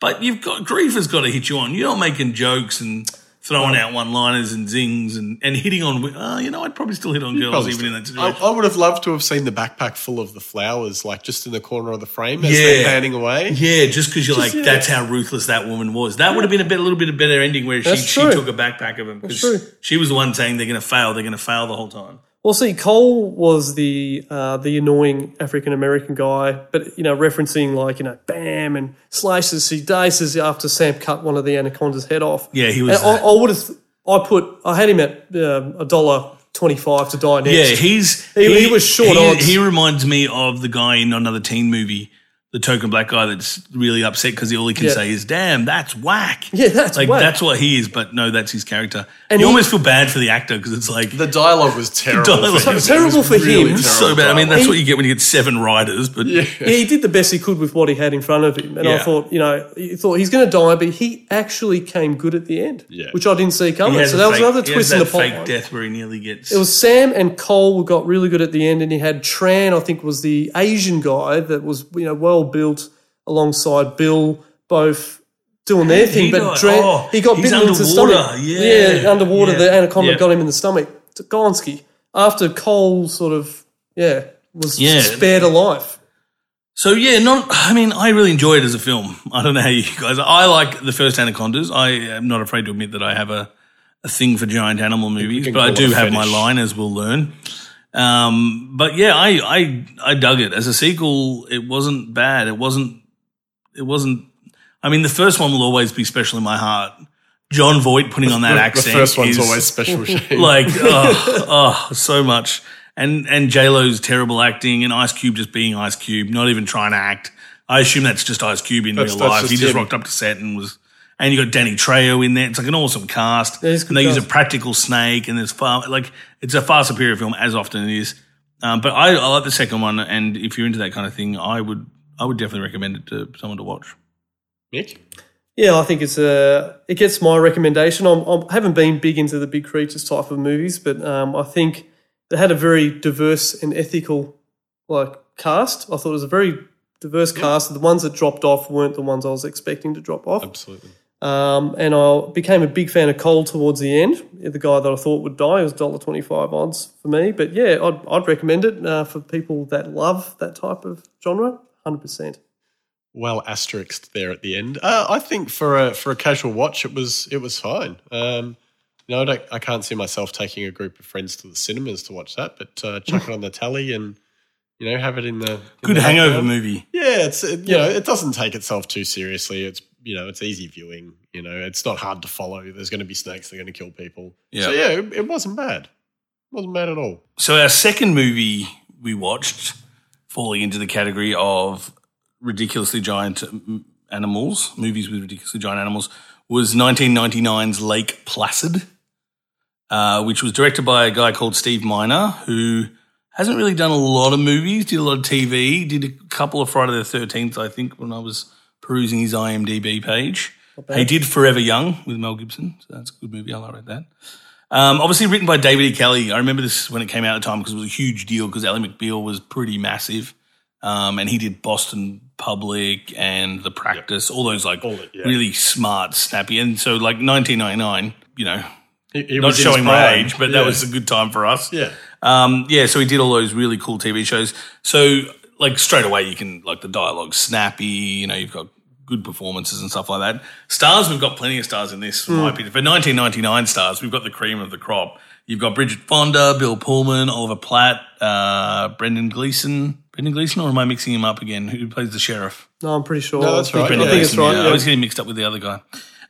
S2: But you've got grief has got to hit you on. You're not making jokes and throwing out one liners and zings and, and hitting on. wi- Uh, you know, I'd probably still hit on girls
S1: probably
S2: even in
S1: still- oh,
S2: that
S1: I,
S2: situation.
S1: I would have loved to have seen the backpack full of the flowers, like just in the corner of the frame as they're
S2: Yeah.
S1: panning away.
S2: yeah, just because you're like, that's how ruthless that woman was. That would have been a, bit, a little bit of better ending where she,
S3: That's
S2: she
S3: true.
S2: took a backpack of him
S3: true.
S2: because she was the one saying they're going to fail, they're going to fail the whole time.
S3: Well, see, Cole was the uh, the annoying African American guy, but you know, referencing like you know, bam and slices, sedaces after Sam cut one of the anaconda's head off.
S2: Yeah, he
S3: And
S2: was.
S3: I, I would have. I put. I had him at um, a dollar twenty-five to die
S2: Yeah,
S3: next.
S2: he's
S3: He- he was short
S2: he,
S3: odds.
S2: He reminds me of the guy in another teen movie, the token black guy that's really upset because all he can
S3: Yeah.
S2: say is "damn, that's whack."
S3: Yeah, that's
S2: like
S3: whack.
S2: that's what he is. But no, that's his character. And
S3: And
S2: you
S3: he-
S2: almost feel bad for the actor because it's like
S1: The dialogue was terrible.
S2: Dialogue
S1: for him.
S2: was
S1: It
S3: terrible
S1: was
S3: for him.
S1: really
S3: It was
S2: so
S1: terrible
S2: bad. I mean,
S1: dialogue.
S2: that's what you get when you get seven writers. But
S3: Yeah, he did the best he could with what he had in front of him, and
S2: Yeah.
S3: I thought, you know, he thought he's going to die, but he actually came good at the end,
S1: Yeah.
S3: which I didn't see
S2: he
S3: coming.
S2: has
S3: So
S2: a
S3: that was
S2: fake-
S3: another
S2: he
S3: twist
S2: has
S3: in the
S2: that
S3: plot.
S2: fake
S3: line.
S2: death where he nearly gets.
S3: It was Sam and Cole got really good at the end, and he had Tran, I think, was the Asian guy that was you know well built alongside Bill, both doing their thing.
S2: he
S3: but
S2: died?
S3: Tran,
S2: Oh,
S3: he got
S2: he's
S3: bitten into the
S2: underwater.
S3: stomach.
S2: Yeah,
S3: underwater,
S2: yeah,
S3: the anaconda
S2: yeah.
S3: got him in the stomach. It's Gonski after Cole sort of yeah was
S2: Yeah.
S3: spared a life.
S2: So yeah, not. I mean, I really enjoy it as a film. I don't know how you guys. I like the first Anacondas. I am not afraid to admit that I have a, a thing for giant animal movies,
S1: can
S2: but I
S1: call it
S2: do
S1: a
S2: have my
S1: fetish.
S2: line, as we'll learn. Um, but yeah, I, I I dug it as a sequel. It wasn't bad. It wasn't. It wasn't. I mean, the first one will always be special in my heart. John Voight putting on that
S1: the
S2: accent.
S1: first one's
S2: is-
S1: always special shade.
S2: like oh, oh so much and and j-lo's terrible acting and ice cube just being ice cube not even trying to act i assume that's just ice cube in
S1: That's-
S2: real
S1: that's
S2: life
S1: just
S2: he just
S1: him.
S2: rocked up to set and was and you got danny trejo in there it's like an awesome cast
S3: is a
S2: and
S3: good
S2: they use a
S3: cast.
S2: practical snake and there's far like it's a far superior film as often it is um, but I, I like the second one and if you're into that kind of thing i would i would definitely recommend it to someone to watch
S1: Nick?
S3: Yeah, I think it's a. It gets my recommendation. I'm, I'm, I haven't been big into the big creatures type of movies, but um, I think they had a very diverse and ethical like cast. I thought it was a very diverse cast. The ones that dropped off weren't the ones I was expecting to drop off.
S1: Absolutely.
S3: Um, and I became a big fan of Cole towards the end. The guy that I thought would die it was dollar twenty five odds for me. But yeah, I'd, I'd recommend it uh, for people that love that type of genre. Hundred percent.
S1: well asterisked there at the end. Uh, I think for a for a casual watch, it was it was fine. Um, no, I, don't, I can't see myself taking a group of friends to the cinemas to watch that, but uh, chuck it on the telly and you know have it in the in
S2: good
S1: the
S2: hangover
S1: background.
S2: movie
S1: Yeah, it's it, you know it doesn't take itself too seriously. It's you know it's easy viewing. You know it's not hard to follow. There's going to be snakes. They're going to kill people.
S2: Yeah.
S1: So yeah, it, it wasn't bad. wasn't bad at all.
S2: So our second movie we watched, falling into the category of ridiculously giant mm, animals, movies with ridiculously giant animals, was 1999's Lake Placid, uh, which was directed by a guy called Steve Miner, who hasn't really done a lot of movies, did a lot of TV, did a couple of Friday the 13th, I think, when I was perusing his IMDb page. He did Forever Young with Mel Gibson, so that's a good movie. I like that. Um, obviously written by David E. Kelly. I remember this when it came out at the time because it was a huge deal because Ally McBeal was pretty massive. Um, and he did Boston Public and The Practice, all those like
S1: All it, yeah.
S2: really smart, snappy. And so like 1999, you know,
S1: He, he
S2: not
S1: was in his
S2: showing my
S1: prime.
S2: age, but
S1: Yeah.
S2: that was a good time for us.
S1: yeah.
S2: Um, yeah, so he did all those really cool TV shows. So, like, straight away, you can, like, the dialogue's snappy, you know, you've got good performances and stuff like that. Stars, we've got plenty of stars in this, in
S1: Hmm.
S2: my opinion. For 1999 stars, we've got the cream of the crop. You've got Bridget Fonda, Bill Pullman, Oliver Platt, uh, Brendan Gleeson. Brendan Gleeson, or am I mixing him up again? Who plays the sheriff?
S3: No, I'm pretty sure.
S1: No, that's
S3: I think-
S1: right.
S3: I
S2: Brendan
S3: think it's
S2: Gleeson,
S3: right.
S2: yeah.
S3: yeah.
S2: I was getting mixed up with the other guy.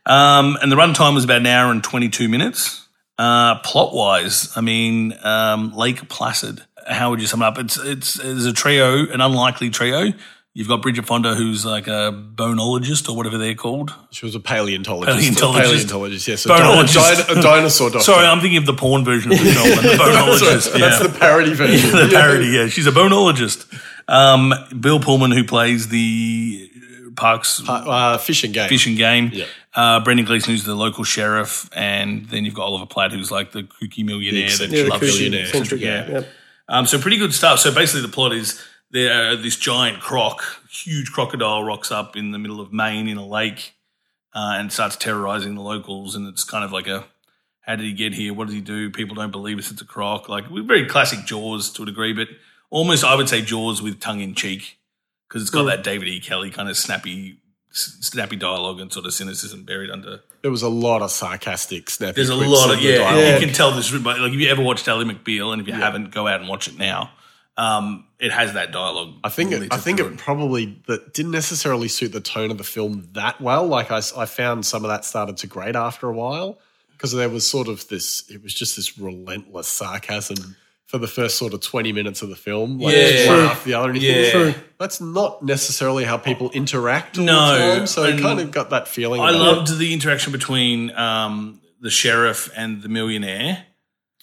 S2: Um, and the runtime was about an hour and 22 minutes. Uh, plot wise, I mean, um, Lake Placid. How would you sum it up? It's, it's, it's a trio, an unlikely trio. You've got Bridget Fonda, who's like a bonologist or whatever they're called.
S1: She was a paleontologist.
S2: Paleontologist.
S1: Paleontologist, yes. A,
S2: Bonologist.
S1: dino- a dino- a dinosaur doctor.
S2: Sorry, I'm thinking of the porn version of the film, and the
S1: that's, right.
S2: bonologist. yeah.
S1: that's the parody version.
S2: the parody. Yeah, she's a bonologist. Um, Bill Pullman, who plays the Parks
S1: Uh, fish and game.
S2: Fish and Game.
S1: Yeah.
S2: Uh, Brendan Gleeson, who's the local sheriff, and then you've got Oliver Platt, who's like the kooky millionaire that
S1: eccentric
S2: loves
S1: kooky
S2: shit.
S1: millionaire.
S3: Centric,
S2: Yeah.
S3: yeah.
S2: Um, so pretty good stuff. So basically, the plot is there. uh, This giant croc, huge crocodile, rocks up in the middle of Maine in a lake uh, and starts terrorizing the locals. And it's kind of like a how did he get here? What did he do? People don't believe us. It's a croc. Like we're very classic Jaws to a degree, but almost I would say Jaws with tongue in cheek because it's got that David E. Kelly kind of snappy, s- snappy dialogue and sort of cynicism buried under.
S1: There was a lot of sarcastic snappy.
S2: There's a
S1: quips
S2: lot
S1: in
S2: of
S1: the
S2: yeah,
S1: dialogue.
S2: You can tell this like if you ever watched Ally McBeal, and if you haven't, go out and watch it now. Um, it has that dialogue.
S1: I think
S2: really
S1: it, I think
S2: to
S1: it probably that didn't necessarily suit the tone of the film that well. Like I, s- I found some of that started to grate after a while because there was sort of this. It was just this relentless sarcasm for the first sort of twenty minutes of the film. Like
S2: Yeah.
S1: just
S2: True.
S1: one after the other. And you think,
S2: Yeah.
S3: True.
S1: That's not necessarily how people interact. All
S2: No,
S1: the time, so I
S2: and
S1: kind of got that feeling.
S2: I
S1: about it.
S2: loved the interaction between um, the sheriff and the millionaire.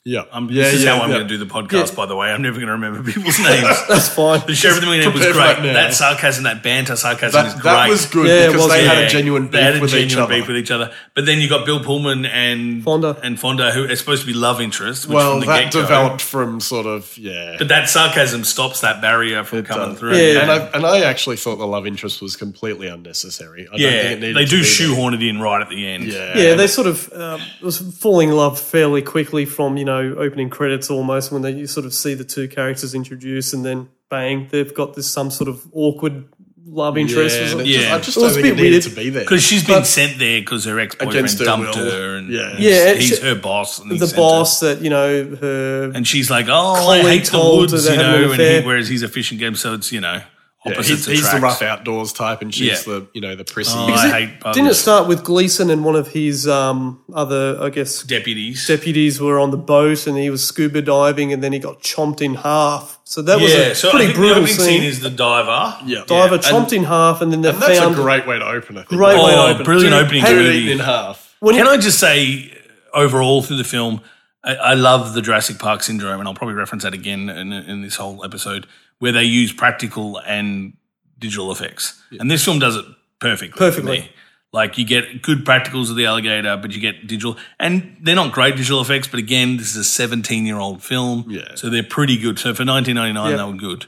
S1: Yeah,
S2: I'm,
S1: yeah,
S2: um, this is
S1: yeah,
S2: how I'm
S1: yeah.
S2: going to do the podcast. By the way, I'm never going to remember people's names.
S3: That's fine.
S2: The sheriff and the millionaire was
S1: prepare
S2: great.
S1: for that
S2: That,
S1: now.
S2: sarcasm, that banter sarcasm is
S1: That,
S2: great.
S1: that was good
S3: Yeah, it
S1: because
S3: was
S1: they had
S2: Yeah.
S1: a genuine beef
S2: They had a
S1: with each
S2: genuine
S1: other.
S2: beef with each other. But then you got Bill Pullman and
S3: Fonda.
S2: and Fonda, who are supposed to be love interests. Which
S1: well,
S2: from the
S1: that
S2: get-go-
S1: developed from sort of yeah.
S2: But that sarcasm stops that barrier from coming
S1: does.
S2: through.
S3: Yeah.
S1: And I, and I actually thought the love interest was completely unnecessary. I
S2: Yeah,
S1: don't think it needed
S2: they
S1: to
S2: do
S1: be
S2: shoehorn it in right at the end.
S1: there. Yeah.
S3: Yeah, they sort of uh, was falling in love fairly quickly from you know opening credits almost when they you sort of see the two characters introduced and then bang they've got this some sort of awkward love interest.
S1: Yeah,
S3: It was
S1: and
S3: like-
S1: it just-
S2: Yeah.
S1: I just
S3: It
S1: don't
S3: was a
S1: think it
S3: bit
S1: needed
S3: weird.
S1: to be there.
S2: Because she's been sent there because her ex boyfriend
S1: Against her
S2: dumped
S1: will.
S2: her, and
S1: Yeah.
S2: he's,
S3: Yeah,
S2: he's
S3: she-
S2: her boss. And he
S3: the
S2: sent her.
S3: boss that you know her
S2: and she's like, "Oh, I
S3: Colin
S2: hate the
S3: told her
S2: woods,"
S3: they
S2: you
S3: had an
S2: know. And he,
S3: affair.
S2: whereas he's a fishing game, so it's you know
S1: Yeah, he's,
S2: opposites
S1: he's the
S2: attract.
S1: rough outdoors type, and she's
S2: Yeah.
S1: the you know the prissy.
S2: Oh, I hate bugs.
S3: didn't it start with Gleason and one of his um, other I guess
S2: deputies.
S3: deputies were on the boat and he was scuba diving and then he got chomped in half. So that was
S2: yeah,
S3: a
S2: so I
S3: pretty
S2: think the
S3: brutal
S2: opening scene
S3: scene.
S2: is the diver.
S1: yeah,
S3: Diver
S1: Yeah.
S3: chomped in half and then they
S1: And that's a
S3: found
S1: great way to open. I think.
S3: Great
S1: Like,
S3: way to
S2: Oh,
S3: open it.
S2: brilliant
S3: Dude,
S2: opening
S3: how
S2: to
S1: dude
S2: the-
S1: eaten in half.
S3: when
S2: Can I just say, overall through the film, I, I love the Jurassic Park syndrome, and I'll probably reference that again in, in this whole episode, where they use practical and digital effects, and this film does it perfectly. for
S3: Perfectly.
S2: me. Like you get good practicals of the alligator, but you get digital, and they're not great digital effects. But again, this is a seventeen-year-old film,
S1: Yeah.
S2: so they're pretty good. So for nineteen ninety-nine,
S3: Yeah.
S2: they were good.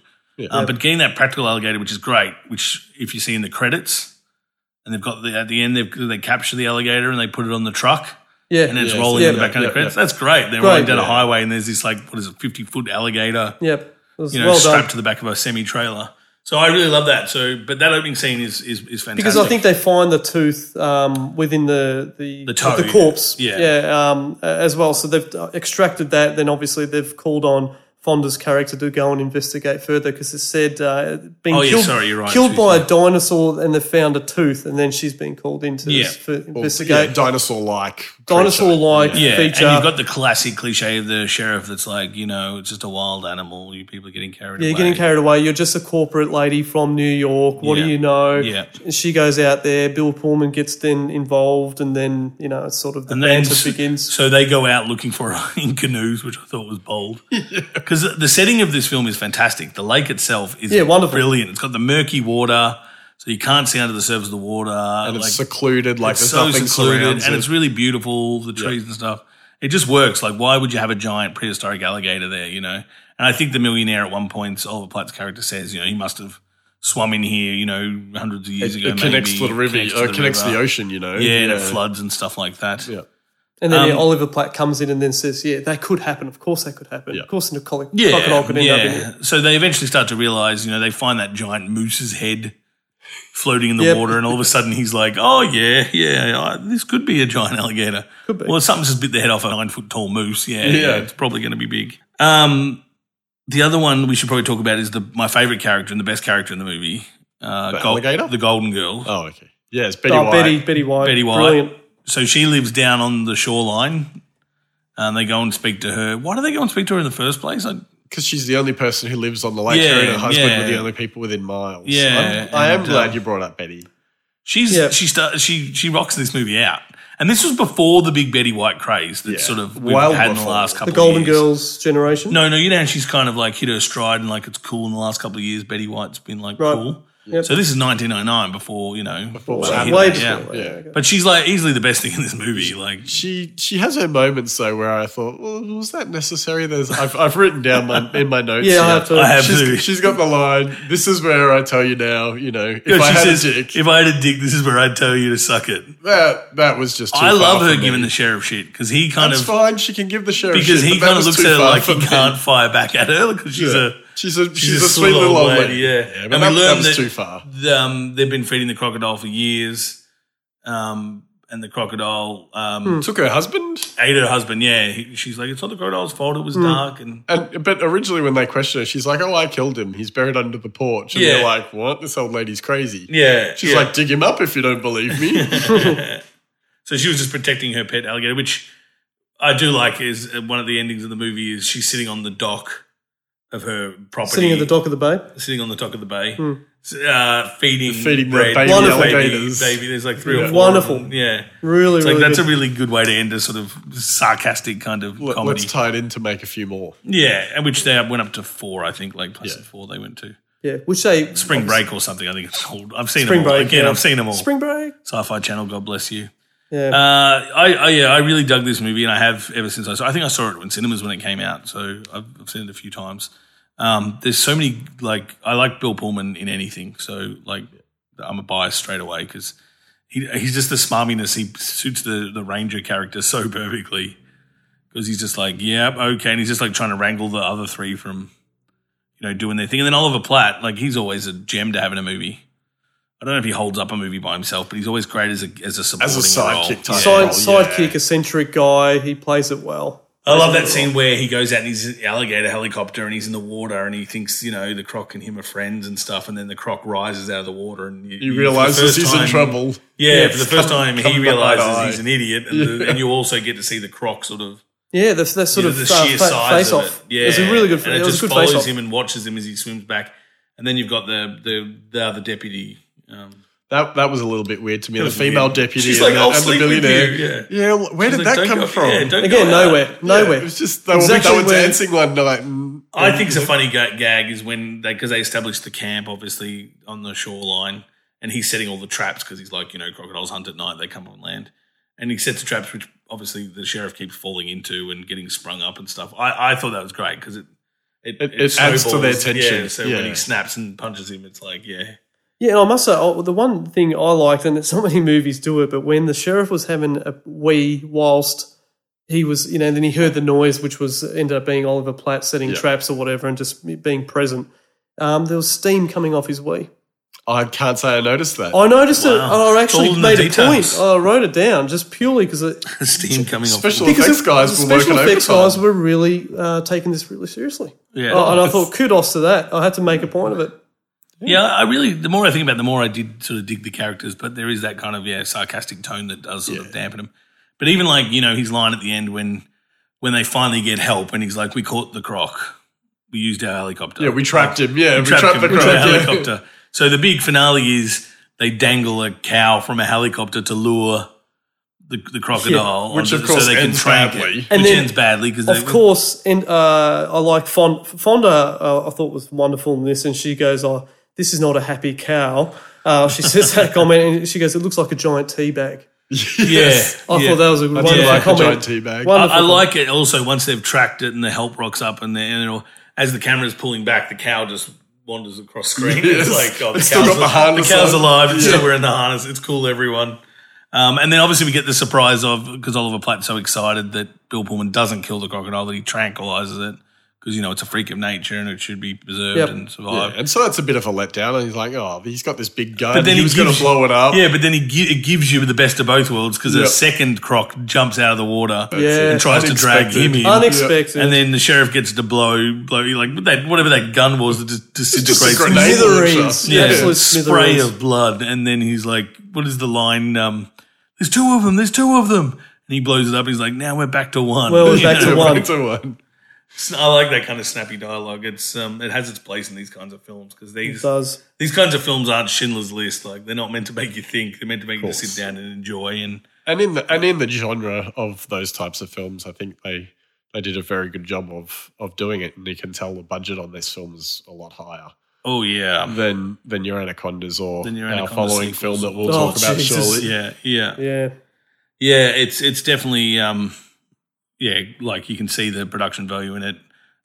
S2: Uh, but getting that practical alligator, which is great, which if you see in the credits, and they've got the, at the end they've, they capture the alligator and they put it on the truck
S3: yeah,
S2: and it's
S1: Yeah,
S2: rolling
S3: yeah,
S2: in the background
S1: yeah,
S2: of the credits. That's great. They're
S3: Great,
S2: rolling down a
S1: yeah.
S2: highway and there's this like what is it, fifty foot alligator,
S3: yep, it was
S2: you know,
S3: well
S2: strapped
S3: done.
S2: to the back of a semi trailer. So I really love that. So, but that opening scene is is, is fantastic
S3: Because I think they find the tooth um, within the the,
S2: The toe,
S3: the corpse,
S2: yeah.
S3: um, a- as well. So they've uh, extracted that. Then obviously they've called on Fonda's character to go and investigate further because it said uh, being
S2: Oh, yeah,
S3: killed,
S2: sorry, you're right,
S3: killed
S2: tooth,
S3: by
S2: yeah.
S3: a dinosaur, and they found a tooth, and then she's been called in to
S2: Yeah.
S3: s- for-
S1: Well, yeah,
S3: investigate
S1: dinosaur like.
S3: dinosaur like
S2: yeah,
S3: feature.
S2: and you've got the classic cliche of the sheriff that's like, you know, it's just a wild animal. You people are getting carried away.
S3: Yeah, you're getting carried away. You're just a corporate lady from New York. What
S2: Yeah.
S3: do you know?
S2: Yeah.
S3: She goes out there. Bill Pullman gets then involved, and then you know, it's sort of the
S2: And then
S3: banter
S2: s-
S3: begins.
S2: So they go out looking for her in canoes, which I thought was bold. Because the setting of this film is fantastic. The lake itself is
S3: Yeah, wonderful.
S2: brilliant. It's got the murky water, so you can't see under the surface of the water.
S1: And it's
S2: like,
S1: secluded, like
S2: it's
S1: there's
S2: so
S1: nothing
S2: secluded,
S1: surrounds
S2: and
S1: it.
S2: it's really beautiful, the trees and stuff. It just works. Like, why would you have a giant prehistoric alligator there? You know. And I think the millionaire at one point, Oliver Platt's character says, you know, he must have swum in here, you know, hundreds of years
S1: It,
S2: ago.
S1: it connects to
S2: maybe.
S1: the river,
S2: Connects
S1: connects,
S2: to
S1: uh, connects to the
S2: river.
S1: ocean, you know.
S2: Yeah, and it floods and stuff like that.
S1: Yeah.
S3: And then yeah,
S2: Um,
S3: Oliver Platt comes in and then says, "Yeah, that could happen. Of course, that could happen.
S1: Yeah.
S3: Of course, a col- crocodile could end up in it."
S2: So they eventually start to realize, you know, they find that giant moose's head floating in the
S3: Yep.
S2: water, and all of a sudden he's like, "Oh yeah, yeah, I, this could be a giant alligator.
S3: Could be.
S2: Well, something's just bit the head off a nine foot tall moose. Yeah,
S1: Yeah.
S2: yeah, it's probably going to be big." Um, the other one we should probably talk about is the my favorite character and the best character in the movie, uh,
S1: The alligator?
S2: the Golden Girl.
S1: Oh, okay. Yeah, it's Betty
S3: oh,
S1: White.
S3: Betty, Betty White,
S2: Betty White.
S3: brilliant.
S2: So she lives down on the shoreline, and they go and speak to her. Why do they go and speak to her in the first place? I,
S1: Because she's the only person who lives on the lake.
S2: Yeah,
S1: her and her husband
S2: yeah.
S1: were the only people within miles.
S2: Yeah,
S1: I'm, I am
S2: and, uh,
S1: glad you brought up Betty.
S2: She's
S3: Yeah.
S2: she start, she she rocks this movie out, and this was before the big Betty White craze that
S1: Yeah.
S2: sort of we've
S1: Well
S2: had in the
S1: before.
S2: last
S3: The
S2: couple.
S3: Golden
S2: of years.
S3: Girls generation.
S2: No, no, you know she's kind of like hit her stride and like it's cool in the last couple of years. Betty White's been like
S3: Right.
S2: cool.
S3: Yep.
S2: So this is 1999 before you know. Before
S1: that.
S3: way before.
S2: yeah.
S3: that.
S1: Yeah.
S3: Okay.
S2: But she's like easily the best thing in this movie. Like
S1: She she has her moments though where I thought, well, was that necessary? There's I've, I've written down my in my notes.
S3: Yeah, I have to-
S2: I have to.
S1: She's, she's got the line. This is where I tell you now. You know, if I
S2: she
S1: had
S2: says,
S1: a dick,
S2: "If I had a dick, this is where I'd tell you to suck it."
S1: that that was just. Too
S2: I love her
S1: giving
S2: giving the sheriff shit because he kind
S1: That's
S2: of
S1: fine. She can give the sheriff
S2: because
S1: shit,
S2: he
S1: but that
S2: kind of
S1: was
S2: looks
S1: too
S2: at her
S1: far
S2: like he
S1: from me.
S2: can't fire back at her because she's
S1: Yeah.
S2: a
S1: She's a she's, a, sweet little old lady. yeah but
S2: and
S1: that,
S2: we
S1: that
S2: learned
S1: was
S2: that
S1: too far.
S2: the, um, they've been feeding the crocodile for years, um, and the crocodile um,
S3: Hmm.
S1: Took her husband.
S2: ate her husband. Yeah, he, she's like, it's not the crocodile's fault. It was
S3: Hmm.
S2: dark, and
S1: And, but originally, when they question her, she's like, "Oh, I killed him. He's buried under the porch." And
S2: Yeah.
S1: they're like, "What? This old lady's crazy."
S2: yeah,
S1: She's
S2: yeah.
S1: like, "Dig him up if you don't believe me."
S2: so she was just protecting her pet alligator, which I do like. Is uh, one of the endings of the movie is she's sitting on the dock of her property,
S3: Sitting at the dock Hmm. of the bay.
S2: sitting on the dock of the bay, s- uh, feeding
S1: Feeding the
S2: bread,
S1: baby
S2: wonderful
S1: alligators.
S2: Baby, baby. There's like three or
S1: Yeah.
S2: four.
S3: Wonderful.
S2: of them. yeah.
S3: Really,
S2: It's
S3: really
S2: like that's
S3: good.
S2: a really good way to end a sort of sarcastic kind of
S1: Let,
S2: comedy.
S1: us tie it in to make a few more.
S2: yeah, and which they went up to four, I think, like plus
S1: Yeah.
S2: four they went to
S3: yeah, which they
S2: Spring Break or something. I think it's called. I've seen
S3: Spring
S2: them all.
S3: Break,
S2: again.
S3: yeah.
S2: I've seen them all.
S3: Spring break.
S2: Sci-Fi Channel. God bless you.
S3: Yeah.
S2: Uh, I, I yeah, I really dug this movie, and I have ever since I saw. I think I saw it in cinemas when it came out, so I've, I've seen it a few times. Um, there's so many like I like Bill Pullman in anything, so like I'm a bias straight away because he, he's just the smarminess. He suits the the ranger character so perfectly because he's just like, yeah, okay, and he's just like trying to wrangle the other three from you know doing their thing. And then Oliver Platt, like he's always a gem to have in a movie. I don't know if he holds up a movie by himself, but he's always great as a as a supporting role.
S1: sidekick type.
S3: Side,
S1: well, yeah.
S3: sidekick, eccentric guy. He plays it well.
S2: I love that scene where he goes out in his alligator helicopter and he's in the water and he thinks, you know, the croc and him are friends and stuff. And then the croc rises out of the water and you,
S1: He
S2: you- for the
S1: realizes
S2: first
S1: he's
S2: time-
S1: in trouble.
S2: Yeah,
S3: Yeah,
S2: for the first time
S1: come
S2: he
S1: the right
S2: realizes
S1: eye.
S2: he's an idiot. And, the, and you also get to see the croc sort of
S3: Yeah, that's that's sort
S2: you know,
S3: of
S2: the
S3: uh,
S2: sheer
S3: fa-
S2: size
S3: face
S2: of
S3: off.
S2: it. Yeah,
S3: it was a really good.
S2: And
S3: it
S2: it,
S3: was a
S2: just
S3: good face
S2: follows
S3: off.
S2: him and watches him as he swims back. And then you've got the the, the other deputy. Um,
S1: That that was a little bit weird to me. The
S2: was
S1: female
S2: weird.
S1: deputy
S2: She's
S1: and,
S2: like,
S1: the,
S2: "I'll
S1: and the
S2: sleep with
S1: millionaire.
S2: you," yeah.
S1: yeah, well, where
S2: She's
S1: did
S2: like,
S1: that
S2: "Don't
S1: come
S2: go-
S1: from?
S2: yeah, don't
S3: Again,
S2: go out."
S3: nowhere,
S1: Yeah,
S3: nowhere.
S1: It was just they
S3: Exactly
S1: were, they were
S3: where-
S1: dancing one night. And,
S2: I think it's a funny ga- gag is when they because they established the camp obviously on the shoreline, and he's setting all the traps because he's like you know crocodiles hunt at night they come on land, and he sets the traps which obviously the sheriff keeps falling into and getting sprung up and stuff. I, I thought that was great because it it,
S1: It- it adds to their
S2: snowballs.
S1: tension.
S2: Yeah, so
S1: Yeah.
S2: when he snaps and punches him, it's like yeah,
S3: Yeah, and I must say, oh, the one thing I liked, and so many movies do it, but when the sheriff was having a wee whilst he was, you know, then he heard the noise, which was ended up being Oliver Platt setting
S1: Yeah.
S3: traps or whatever, and just being present. Um, there was steam coming off his wee.
S1: "Oh, I can't say I noticed that.
S2: Oh.
S3: I noticed it,
S2: Wow.
S3: and I
S2: All
S3: actually
S2: in the
S3: made a point.
S2: details.
S3: I wrote it down just purely because it.
S2: steam coming
S1: Special
S2: off.
S1: effects
S3: Because
S1: guys
S3: the
S1: were working
S3: special effects guys
S1: overtime.
S3: were really uh, taking this really seriously,
S2: Yeah,
S3: Oh, and I thought kudos to that. I had to make a point of it.
S2: Yeah, I really. The more I think about, it, the more I did sort of dig the characters. But there is that kind of yeah sarcastic tone that does sort of dampen him. But even like you know his line at the end when when they finally get help and he's like, "We caught the croc. We used our helicopter.
S1: Yeah, we trapped him. Yeah, we
S2: trapped,
S1: trapped
S2: him
S1: the
S2: with
S1: crowd.
S2: a
S1: Yeah.
S2: helicopter." So the big finale is they dangle a cow from a helicopter to lure the, the crocodile,
S1: which of
S2: onto-
S1: course
S2: so they can
S1: ends
S2: track
S1: badly.
S2: It,
S3: And
S2: which
S3: then,
S2: ends badly because
S3: Of course, and uh, I like Fon- Fonda. Uh, I thought was wonderful in this, and she goes, "Oh, this is not a happy cow." Uh, she says that comment, and she goes, "It looks like a giant tea bag."
S1: Yes.
S3: I
S2: yeah.
S3: thought that was a
S1: I
S3: wonderful
S1: do like a giant
S3: comment.
S1: tea bag.
S2: I,
S3: Wonderful
S2: I
S3: comment.
S2: like it also once they've tracked it and the help rocks up and, they- and it'll, as the camera's pulling back, the cow just wanders across screen. It's
S1: Yes.
S2: like, oh, the,
S1: It's still
S2: cow's,
S1: got the harness
S2: the cow's
S1: on.
S2: alive. It's still wearing the harness. It's cool, everyone. Um, and then obviously we get the surprise of because Oliver Platt's so excited that Bill Pullman doesn't kill the crocodile that he tranquilizes it because you know it's a freak of nature and it should be preserved
S3: Yep.
S2: and
S1: Yeah,
S2: survived.
S1: and so that's a bit of a letdown. And he's like, oh, he's got this big gun.
S2: But then
S1: he
S2: he
S1: was going to
S2: gives-
S1: blow it up.
S2: Yeah, but then he gi- it gives you the best of both worlds because a
S1: Yep.
S2: second croc jumps out of the water
S3: Yeah.
S2: and tries to drag
S1: Unexpected.
S2: him in.
S3: Unexpected.
S2: And then the sheriff gets to blow, blow like that, whatever that gun was that just
S1: Just a
S2: disintegrates. him.
S1: grenade
S3: Smithereens.
S1: launcher.
S3: Yeah. Absolute
S2: spray
S3: smithereens.
S2: of blood, and then he's like, "What is the line? Um, there's two of them. There's two of them." And he blows it up. He's like, "Now we're back to one."
S3: Well, we're
S2: You
S3: back to
S2: know?
S3: one.
S1: Back to one.
S2: I like that kind of snappy dialogue. It's um, it has its place in these kinds of films because
S3: It
S2: these
S3: does.
S2: these kinds of films aren't Schindler's List. Like they're not meant to make you think. They're meant to make you sit down and enjoy. And
S1: and in the and in the genre of those types of films, I think they they did a very good job of of doing it, and you can tell the budget on this film is a lot higher
S2: oh yeah,
S1: than than your Anacondas or
S2: Than your
S1: our
S2: Anaconda
S1: following film
S2: sequels.
S1: that we'll
S3: Oh,
S1: talk about
S3: Jesus.
S1: shortly.
S2: yeah, yeah,
S3: Yeah.
S2: yeah. It's it's definitely um, yeah. Like you can see the production value in it.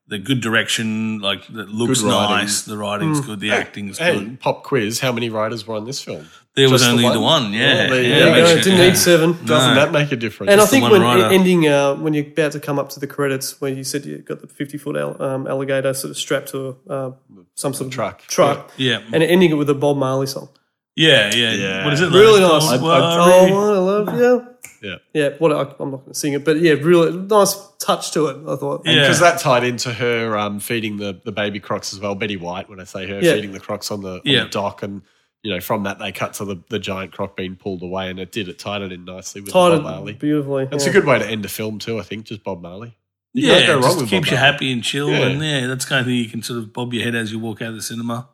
S2: The good direction, like that looks
S1: Good writing. Mm.
S2: nice. The writing's good. The acting's good.
S1: And pop quiz: How many writers were on this film?
S2: There was
S1: Just the
S2: only the
S1: one?
S2: one. Yeah,
S1: Well, there you
S2: yeah.
S1: go.
S3: There you
S2: makes
S3: go.
S2: you-
S3: It didn't
S2: yeah.
S3: need seven.
S1: Doesn't
S2: No.
S1: that make a difference?
S3: And I
S2: Just the
S3: think
S2: one
S3: when
S2: writer.
S3: ending, uh, when you're about to come up to the credits, where you said you got the 50 foot al- um, alligator sort of strapped to uh, some sort of
S1: Truck.
S3: truck,
S2: Yeah,
S3: and ending it with a Bob Marley song.
S2: yeah, yeah.
S1: Yeah.
S2: What is it?
S3: Really
S2: like?
S3: nice.
S2: Don't
S1: I- I-
S3: Oh,
S2: worry.
S3: I love you.
S1: yeah,
S3: Yeah, what I, I'm not going to sing it, but yeah, really nice touch to it. I thought.
S2: Yeah.
S1: because that tied into her um, feeding the, the baby crocs as well. Betty White, when I say her
S3: Yeah.
S1: feeding the crocs on the, on
S2: Yeah.
S1: the dock, and you know from that they cut to the, the giant croc being pulled away, and it did it tied it in nicely with
S3: tied
S1: Bob
S3: it
S1: Marley.
S3: beautifully.
S1: That's
S3: yeah.
S1: a good way to end a film too. I think just Bob Marley. You
S2: Yeah,
S1: can't go wrong
S2: just
S1: with Bob
S2: keeps you
S1: Marley.
S2: happy and chill,
S1: Yeah.
S2: and yeah, that's the kind of thing you can sort of bob your head as you walk out of the cinema.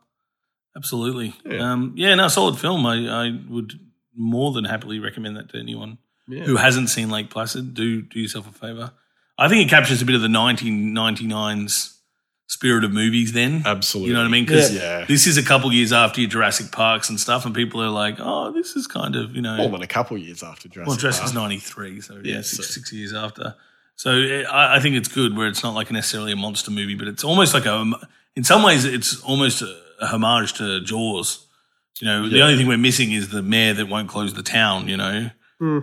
S2: Absolutely,
S1: Yeah.
S2: Um, yeah no, solid film. I, I would more than happily recommend that to anyone
S1: Yeah.
S2: who hasn't seen Lake Placid. Do do yourself a favor. I think it captures a bit of the 1999's spirit of movies. Then
S1: Absolutely.
S2: You know what I mean? Because
S1: Yeah. Yeah.
S2: this is a couple years after your Jurassic Parks and stuff, and people are like, "Oh, this is kind of you know."
S1: More than a couple years after Jurassic.
S2: Well, Jurassic's
S1: Park.
S2: ninety three, so yeah,
S1: Yeah,
S2: six,
S1: so-
S2: six years after. So eh, I, I think it's good where it's not like necessarily a monster movie, but it's almost like a. In some ways, it's almost a, a homage to Jaws. You know, the
S1: Yeah.
S2: only thing we're missing is the mayor that won't close the town. You know,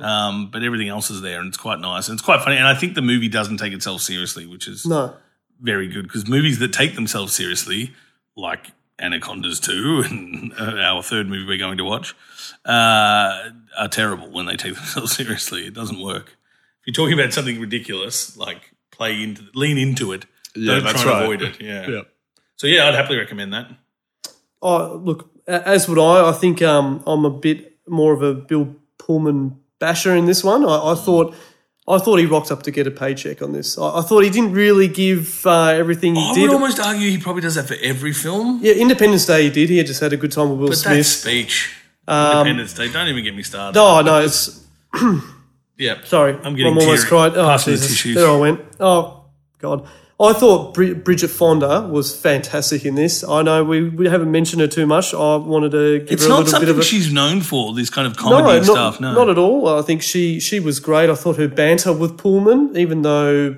S2: um, but everything else is there, and it's quite nice and it's quite funny. And I think the movie doesn't take itself seriously, which is
S3: No.
S2: very good because movies that take themselves seriously, like Anacondas 2 and uh, our third movie we're going to watch, uh, are terrible when they take themselves seriously. It doesn't work. If you're talking about something ridiculous, like play into, lean into it.
S1: Yeah,
S2: Don't
S1: that's
S2: try
S1: right.
S2: and avoid it. Yeah.
S1: Yeah.
S2: So yeah, I'd happily recommend that.
S3: Oh, look, a- as would I. I think um, I'm a bit more of a Bill Pullman basher in this one. I, I
S2: Mm.
S3: thought. I thought he rocked up to get a paycheck on this. I, I thought he didn't really give uh, everything he
S2: I
S3: did.
S2: would almost argue he probably does that for every film.
S3: yeah, Independence Day he did. He had just had a good time with Will
S2: but that
S3: Smith.
S2: speech, Independence Day, don't even get me started.
S3: Oh Um, no, it's
S2: yeah,
S3: sorry.
S2: I'm getting
S3: almost
S2: teary.
S3: cried. Oh,
S2: Pass me the
S3: Jesus.
S2: tissues.
S3: There I went. Oh God. I thought Bri- Bridget Fonda was fantastic in this. I know we, we haven't mentioned her too much. I wanted to give
S2: It's
S3: her a
S2: not
S3: little bit of
S2: something
S3: a
S2: she's known for. This kind of
S3: no,
S2: comedy
S3: not,
S2: stuff. No,
S3: not at all. I think she she was great. I thought her banter with Pullman, even though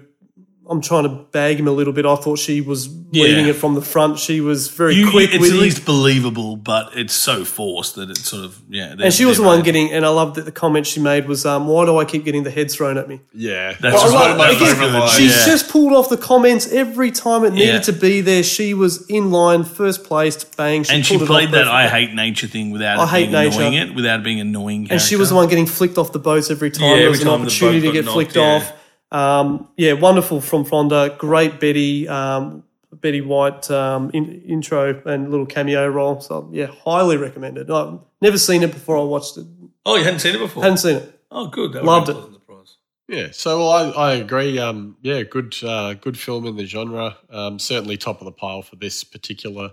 S3: I'm trying to bag him a little bit, I thought she was leading it from the front. She was very
S2: You-
S3: quick.
S2: it's
S3: witty.
S2: at least believable, but it's so forced that it's sort of yeah.
S3: and she was the one getting. And I love that the comment she made was, um, "Why do I keep getting the head thrown at me?"
S1: Yeah.
S2: That's just
S1: one of my
S2: what- again,
S1: favorite lines.
S3: She's
S2: Oh, Yeah.
S3: just pulled off the comments every time it needed
S2: Yeah.
S3: to be there. She was in line, first placed, bang. She
S2: and she
S3: pulled it
S2: played
S3: off
S2: that I
S3: perfectly.
S2: hate nature thing without
S3: I
S2: it
S3: hate
S2: being
S3: nature.
S2: annoying it without it being annoying.
S3: And she was the one getting flicked off the boats every time.
S2: Yeah,
S3: there was
S2: every
S3: an
S2: time the boat
S3: opportunity to
S2: got
S3: get
S2: knocked,
S3: flicked
S2: yeah.
S3: off. Um, yeah, wonderful from Fonda. Great Betty, um, Betty White um, in, intro and little cameo role. So yeah, highly recommended. I've never seen it before. I watched it.
S2: Oh, you hadn't seen it before.
S3: Hadn't seen it.
S2: oh, good. That
S3: Loved
S2: was a
S3: it.
S2: pleasant surprise.
S1: Yeah, so well, I, I agree. Um, yeah, good uh, good film in the genre. Um, certainly top of the pile for this particular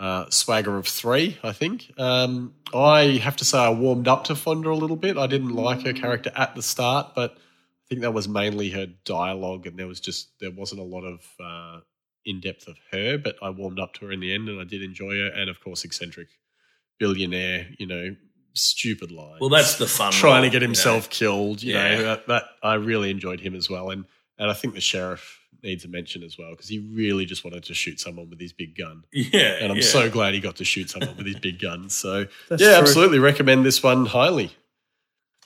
S1: uh, swagger of three, I think. Um, I have to say I warmed up to Fonda a little bit. I didn't like her character at the start, but I think that was mainly her dialogue, and there was just there wasn't a lot of uh, in depth of her. But I warmed up to her in the end, and I did enjoy her, and of course, eccentric billionaire, you know, stupid lines.
S2: Well, that's the fun.
S1: trying to
S2: one,
S1: get
S2: you know.
S1: himself killed. You
S2: Yeah.
S1: know that, that I really enjoyed him as well, and and I think the sheriff needs a mention as well because he really just wanted to shoot someone with his big gun,
S2: Yeah.
S1: and I'm
S2: yeah.
S1: so glad he got to shoot someone with his big gun. So
S3: That's
S1: yeah,
S3: true.
S1: absolutely recommend this one highly.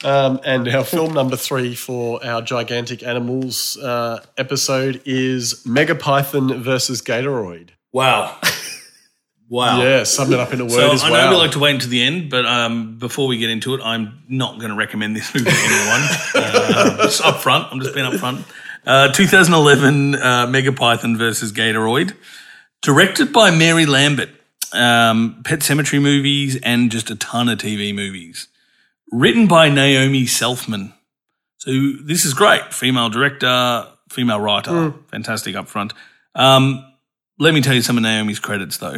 S1: Um, and our film number three for our gigantic animals uh, episode is Megapython versus Gatoroid.
S2: Wow. wow.
S1: Yeah, sum it up in a word
S2: So
S1: as
S2: I
S1: well.
S2: know we like to wait until the end, but um, before we get into it, I'm not going to recommend this movie to anyone. uh, just up front, I'm just being up front. Uh, 2011 uh, Megapython versus Gatoroid, directed by Mary Lambert. Um, Pet Cemetery movies and just a ton of TV movies. Written by Naomi Selfman. So this is great. Female director, female writer. Fantastic up front. Um, let me tell you some of Naomi's credits though.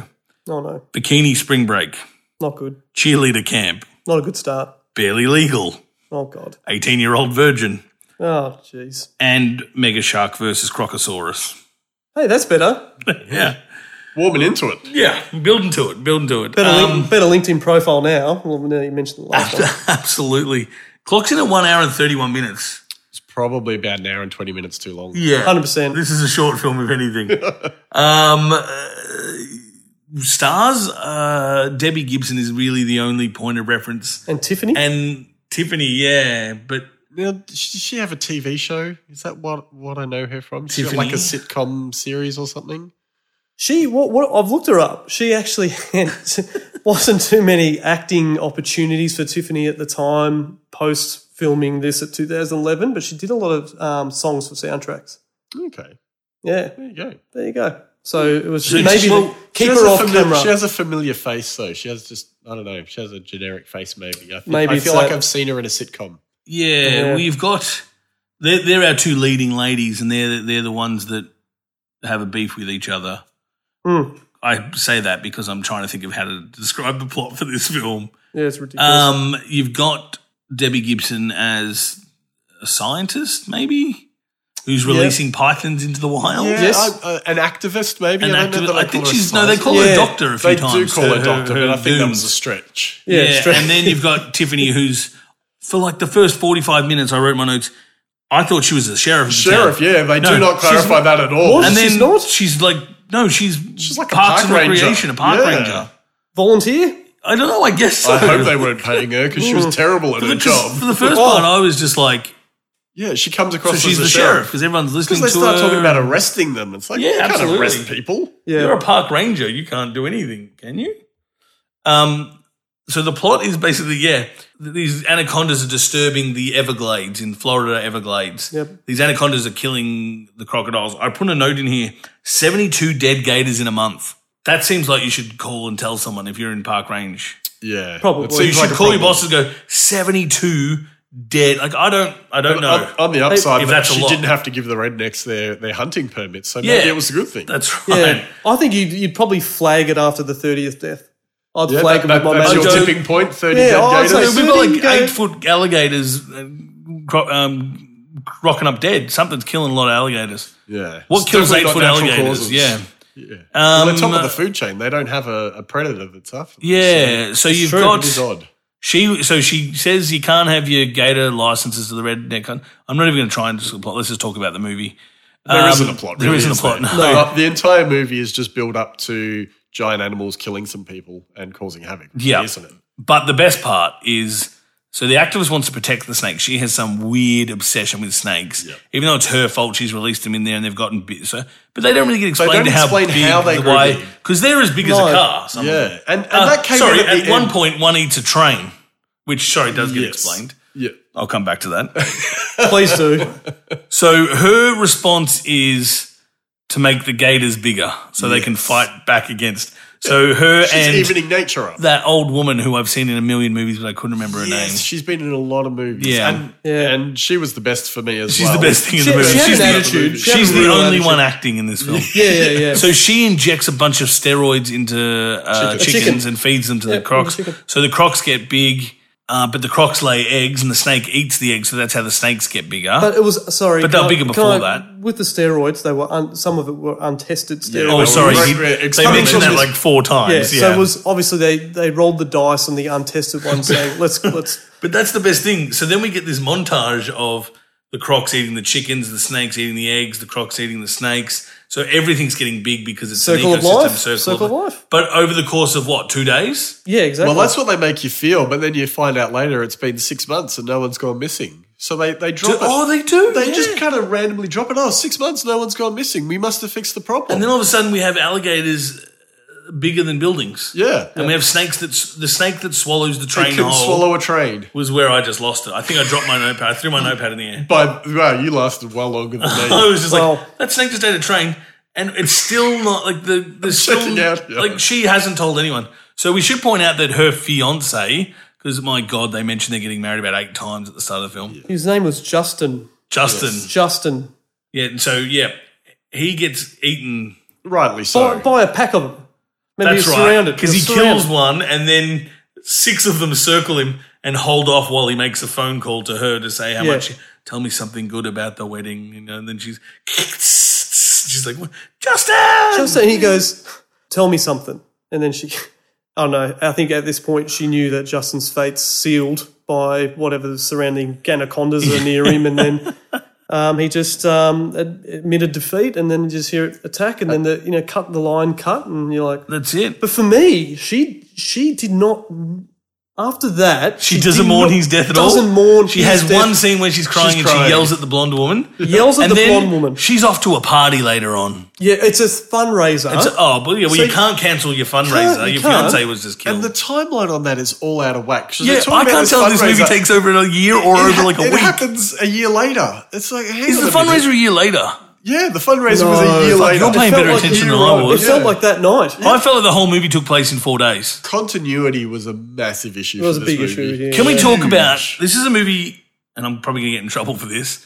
S3: Oh no,
S2: Bikini Spring Break,
S3: not good.
S2: Cheerleader Camp,
S3: Not a good start.
S2: Barely Legal,
S3: Oh god.
S2: 18 Year Old Virgin,
S3: Oh jeez.
S2: and Mega Shark versus Crocosaurus.
S3: Hey, that's better.
S2: Yeah.
S1: Warming into it.
S2: Yeah. Building to it. Building to it.
S3: Better,
S2: Um,
S3: link, better LinkedIn profile now. Well, now you mentioned the last one.
S2: absolutely. Clocks in at one hour and 31 minutes.
S1: It's probably about an hour and 20 minutes too long.
S2: Yeah.
S3: Hundred percent.
S2: This is a short film, if anything. um, uh, stars, uh, Debbie Gibson is really the only point of reference.
S3: And Tiffany.
S2: And Tiffany, yeah, but
S1: Now, did she have a TV show? Is that what, what I know her from? She got
S2: Tiffany?
S1: like a sitcom series or something?
S3: She, what, what, I've looked her up. She actually had, wasn't too many acting opportunities for Tiffany at the time, post filming this at 2011, but she did a lot of um, songs for soundtracks.
S1: Okay,
S3: Yeah,
S1: there you go.
S3: there you go. So it was
S2: So
S3: maybe
S2: she- well,
S1: She
S3: keep
S1: has
S3: her
S1: a
S3: off
S1: familiar-
S3: camera.
S1: She has a familiar face, though. She has just, I don't know, she has a generic face, maybe. I, think,
S3: Maybe
S1: I
S3: it's
S1: feel like
S3: that-
S1: I've seen her in a sitcom.
S2: Yeah,
S3: Yeah.
S2: we've got they're, they're our two leading ladies, and they're they're the ones that have a beef with each other.
S3: Mm.
S2: I say that because I'm trying to think of how to describe the plot for this film.
S3: yeah, it's ridiculous.
S2: Um, you've got Debbie Gibson as a scientist, maybe, who's releasing pythons into the wild.
S1: Yeah,
S3: Yes.
S1: I, uh, an activist, maybe.
S2: An
S1: I, don't know
S2: activist-
S1: that
S2: I
S1: call
S2: think
S1: her a
S2: she's no. They
S1: scientist.
S2: call
S3: Yeah,
S2: her doctor a few
S1: They do
S2: times.
S1: call
S2: to
S1: her doctor,
S2: her
S1: but I think that was a
S2: dooms.
S1: stretch.
S3: yeah,
S2: Yeah,
S3: straight-
S2: and then you've got Tiffany, who's for like the first forty-five minutes. I wrote my notes. I thought she was the sheriff. Of the
S1: Sheriff,
S2: town.
S1: yeah, they
S2: No,
S1: do not
S2: she's-
S1: clarify that at all.
S3: What?
S2: And then
S3: She's not?
S2: she's like, no, she's
S1: She's like a
S2: Parks
S1: park
S2: and
S1: ranger.
S2: Recreation, a park
S1: Yeah.
S2: ranger.
S3: volunteer.
S2: I don't know. I guess so.
S1: I hope they weren't paying her because she was terrible at her
S2: Because
S1: job.
S2: Mm. for the first
S3: Oh.
S2: part, I was just like,
S1: Yeah, she comes
S2: so
S1: across as
S2: she's
S1: a
S2: the sheriff because everyone's listening
S1: Because they
S2: to
S1: start
S2: her.
S1: talking about arresting them. It's like,
S2: Yeah,
S1: yeah, you can't
S2: absolutely.
S1: arrest people.
S3: Yeah,
S2: You're a park ranger. You can't do anything, can you? Um. So the plot is basically yeah, th- these anacondas are disturbing the Everglades in Florida Everglades.
S3: Yep.
S2: These anacondas are killing the crocodiles. I put a note in here: seventy-two dead gators in a month. That seems like you should call and tell someone if you're in park range.
S1: Yeah. it
S3: Probably.
S1: seems
S2: So you should
S1: a
S2: call your
S1: problem.
S2: bosses. and Go seventy-two dead. Like I don't, I don't know.
S1: On, on the upside,
S2: If
S1: that
S2: that's a
S1: she
S2: lot.
S1: didn't have to give the rednecks their, their hunting permits, so
S2: Yeah.
S1: maybe it was a good thing.
S2: That's right.
S3: yeah. I think you'd, you'd probably flag it after the 30th death. I'd
S1: yeah,
S3: flag
S1: that,
S3: it
S1: that,
S3: with my
S1: that's
S3: manager.
S1: your
S2: manager.
S1: tipping point. Thirty
S3: Yeah, I'd
S1: dead
S3: say
S1: gators.
S2: We've got like
S3: Sitting, uh,
S2: eight-foot alligators uh, cro- um, rocking up dead. Something's killing a lot of alligators.
S1: Yeah.
S2: What
S1: It's
S2: kills
S1: definitely not
S2: eight-foot
S1: natural
S2: alligators?
S1: causes.
S2: Yeah.
S1: yeah.
S2: Um,
S1: They're top of the food chain. They don't have a, a predator that's after them.
S2: yeah. So you've
S3: True,
S2: got
S1: It is odd.
S2: She so she says you can't have your gator licenses to the redneck. hun- I'm not even going to try and just plot. Let's just talk about the movie.
S1: There
S2: Um,
S1: not a plot. Really,
S2: there isn't
S1: is
S2: a plot.
S1: there?
S2: No.
S1: Uh, the entire movie is just built up to giant animals killing some people and causing havoc. really,
S2: Yeah.
S1: isn't it?
S2: But the best part is so the activist wants to protect the snake. She has some weird obsession with snakes, even though it's her fault. She's released them in there, and they've gotten bit. So, but they don't really get explained
S1: don't
S2: how
S1: explain
S2: big,
S1: how they
S2: the
S1: grew
S2: way
S1: big.
S2: because they're as big as a
S3: No.
S2: car. Some of them.
S1: Yeah, and, and
S2: Uh,
S1: that came
S2: sorry,
S1: in at,
S2: at
S1: the
S2: one
S1: end.
S2: point one eats a train, which sorry does get
S1: Yes.
S2: explained.
S1: Yeah,
S2: I'll come back to that.
S3: Please do.
S2: So her response is to make the gators bigger so they can fight back against. So her
S1: she's
S2: and
S1: evening nature up.
S2: that old woman who I've seen in a million movies, but I couldn't remember her
S1: Yes,
S2: name.
S1: she's been in a lot of movies.
S2: Yeah.
S1: and,
S3: Yeah.
S1: and she was the best for me as
S2: She's
S1: well.
S2: the best thing in the
S3: She-
S2: movie.
S3: she had
S2: she's
S3: an
S2: the,
S3: attitude. She had
S2: she's
S3: a
S2: the
S3: real
S2: only
S3: attitude.
S2: one acting in this film.
S3: Yeah, yeah, yeah.
S2: So she injects a bunch of steroids into uh,
S1: Chicken.
S2: chickens
S3: Chicken.
S2: and feeds them to
S3: Yeah,
S2: the crocs.
S3: chicken.
S2: So the crocs get big. Uh, but the crocs lay eggs, and the snake eats the eggs, so that's how the snakes get bigger.
S3: But it was sorry.
S2: But they were
S3: can I-
S2: bigger
S3: can
S2: before
S3: I-
S2: that. With
S3: With the steroids, they were un, some of it were untested steroids.
S2: oh,
S1: well,
S2: sorry,
S1: right,
S2: he-
S1: right,
S2: they
S1: explain
S2: mentioned
S1: from
S2: that
S1: this-
S2: like four
S3: Yeah,
S2: times. Yeah,
S3: so it was obviously they, they rolled the dice on the untested one, saying let's let's
S2: But that's the best thing. So then we get this montage of the crocs eating the chickens, the snakes eating the eggs, the crocs eating the snakes. So everything's getting big because it's
S3: Circle
S2: an
S3: of
S2: ecosystem.
S3: life. Circle of life.
S2: But over the course of what two days?
S3: yeah exactly.
S1: Well, that's what they make you feel, but then you find out later it's been six months and no one's gone missing. So they, they drop it.
S2: Oh, they do.
S1: they
S2: yeah.
S1: just kind of randomly drop it. Oh, six months, no one's gone missing. We must have fixed the problem.
S2: And then all of a sudden we have alligators uh, bigger than buildings.
S1: yeah.
S2: And we have snakes that s- the snake that swallows the
S1: It
S2: train
S1: can
S2: whole
S1: swallow a train.
S2: was where I just lost it. I think I dropped my notepad. I threw my notepad in the air.
S1: By, wow, you lasted well longer than me.
S2: I was just
S3: Well-
S2: like, that snake just ate a train, and it's still not like the the still
S1: checking out, yeah.
S2: like she hasn't told anyone. So we should point out that her fiance, because my god, they mentioned they're getting married about eight times at the start of the film.
S3: His name was Justin.
S2: Justin,
S3: Justin
S2: yeah. and So yeah, he gets eaten.
S1: Rightly
S3: by,
S1: so.
S3: by a pack of them. Maybe
S2: That's
S3: he was
S2: right,
S3: surrounded
S2: because he
S3: was surrounded.
S2: kills one, and then six of them circle him and hold off while he makes a phone call to her to say how
S3: Yeah.
S2: much. Tell me something good about the wedding, you know. And then she's, she's like, Justin,
S3: Justin. He goes, "Tell me something," and then she. I don't know. I think at this point she knew that Justin's fate's sealed by whatever the surrounding anacondas are near him, and then um, he just um, ad- admitted defeat, and then you just hear it attack, and then the you know cut the line, cut, and you're like.
S2: That's it.
S3: But for me, she she did not. After that,
S2: She, doesn't
S3: did
S2: mourn
S3: not-
S2: his death at all.
S3: Doesn't mourn.
S2: She
S3: his
S2: has
S3: death.
S2: one scene where she's crying and she
S1: crying.
S2: yells at the blonde woman.
S3: Yells at
S2: and
S3: the
S2: then
S3: blonde woman.
S2: She's off to a party later on.
S3: Yeah, it's a fundraiser.
S2: It's- oh, but yeah, well,
S3: So
S2: you can't cancel your fundraiser.
S3: you
S2: your
S3: can't.
S2: fiance was just
S1: And
S2: killed.
S1: the timeline on that is all out of whack. So
S2: yeah,
S1: they're talking about
S2: I can't tell if this movie
S1: fundraiser.
S2: takes over a year or
S1: It
S2: over
S1: ha-
S2: like a
S1: it
S2: week.
S1: happens a year later. It's like, hang
S2: Is
S1: on a
S2: the
S1: minute.
S2: fundraiser a year later?
S1: Yeah, the fundraiser was
S3: No.
S1: a year
S3: Fuck,
S1: later.
S2: you're paying
S1: It felt
S2: better
S1: like a
S2: attention
S1: year
S2: than I
S1: on.
S2: was.
S3: It felt
S1: Yeah.
S3: like that night.
S2: I felt like the whole movie took place in four days.
S1: continuity was a massive issue.
S3: It was a
S1: for this
S3: big issue.
S1: movie.
S3: Yeah.
S2: Can we
S3: Yeah.
S2: talk about this? Is a movie, and I'm probably going to get in trouble for this.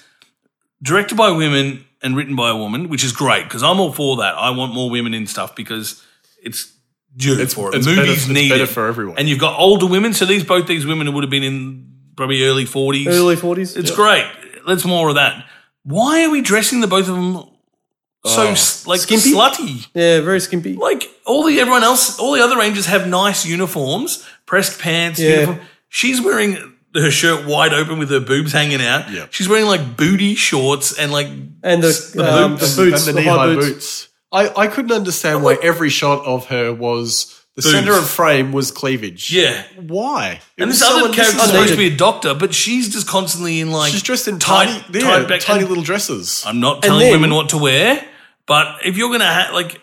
S2: Directed by women and written by a woman, which is great because I'm all for that. I want more women in stuff because it's due for it.
S1: it's
S2: Movies
S1: better- it's
S2: need
S1: better
S2: it.
S1: for everyone.
S2: And you've got older women, so these both these women would have been in probably early 40s.
S3: Early forties.
S2: it's great. Let's more of that. Why are we dressing the both of them so s like
S3: Skimpy?
S2: slutty?
S3: Yeah, very skimpy.
S2: like all the everyone else, all the other rangers have nice uniforms, pressed pants.
S3: Yeah.
S2: Uniform. She's wearing her shirt wide open with her boobs hanging out.
S1: Yeah.
S2: She's wearing like booty shorts and like
S3: And the, um,
S1: And-
S3: the boots,
S1: and
S3: the,
S1: the
S3: high
S1: knee-high
S3: boots.
S1: boots. I, I couldn't understand why every shot of her was the
S2: Boobs.
S1: center of frame was cleavage.
S2: yeah.
S1: why? It
S2: And
S1: was
S2: this
S1: so
S2: other character's supposed to
S1: unnecessary.
S2: be a doctor, but she's just constantly in like
S1: She's dressed in
S2: tight,
S1: tiny, yeah,
S2: tight back-
S1: tiny little dresses.
S2: I'm not telling
S3: then-
S2: women what to wear, but if you're gonna ha- like,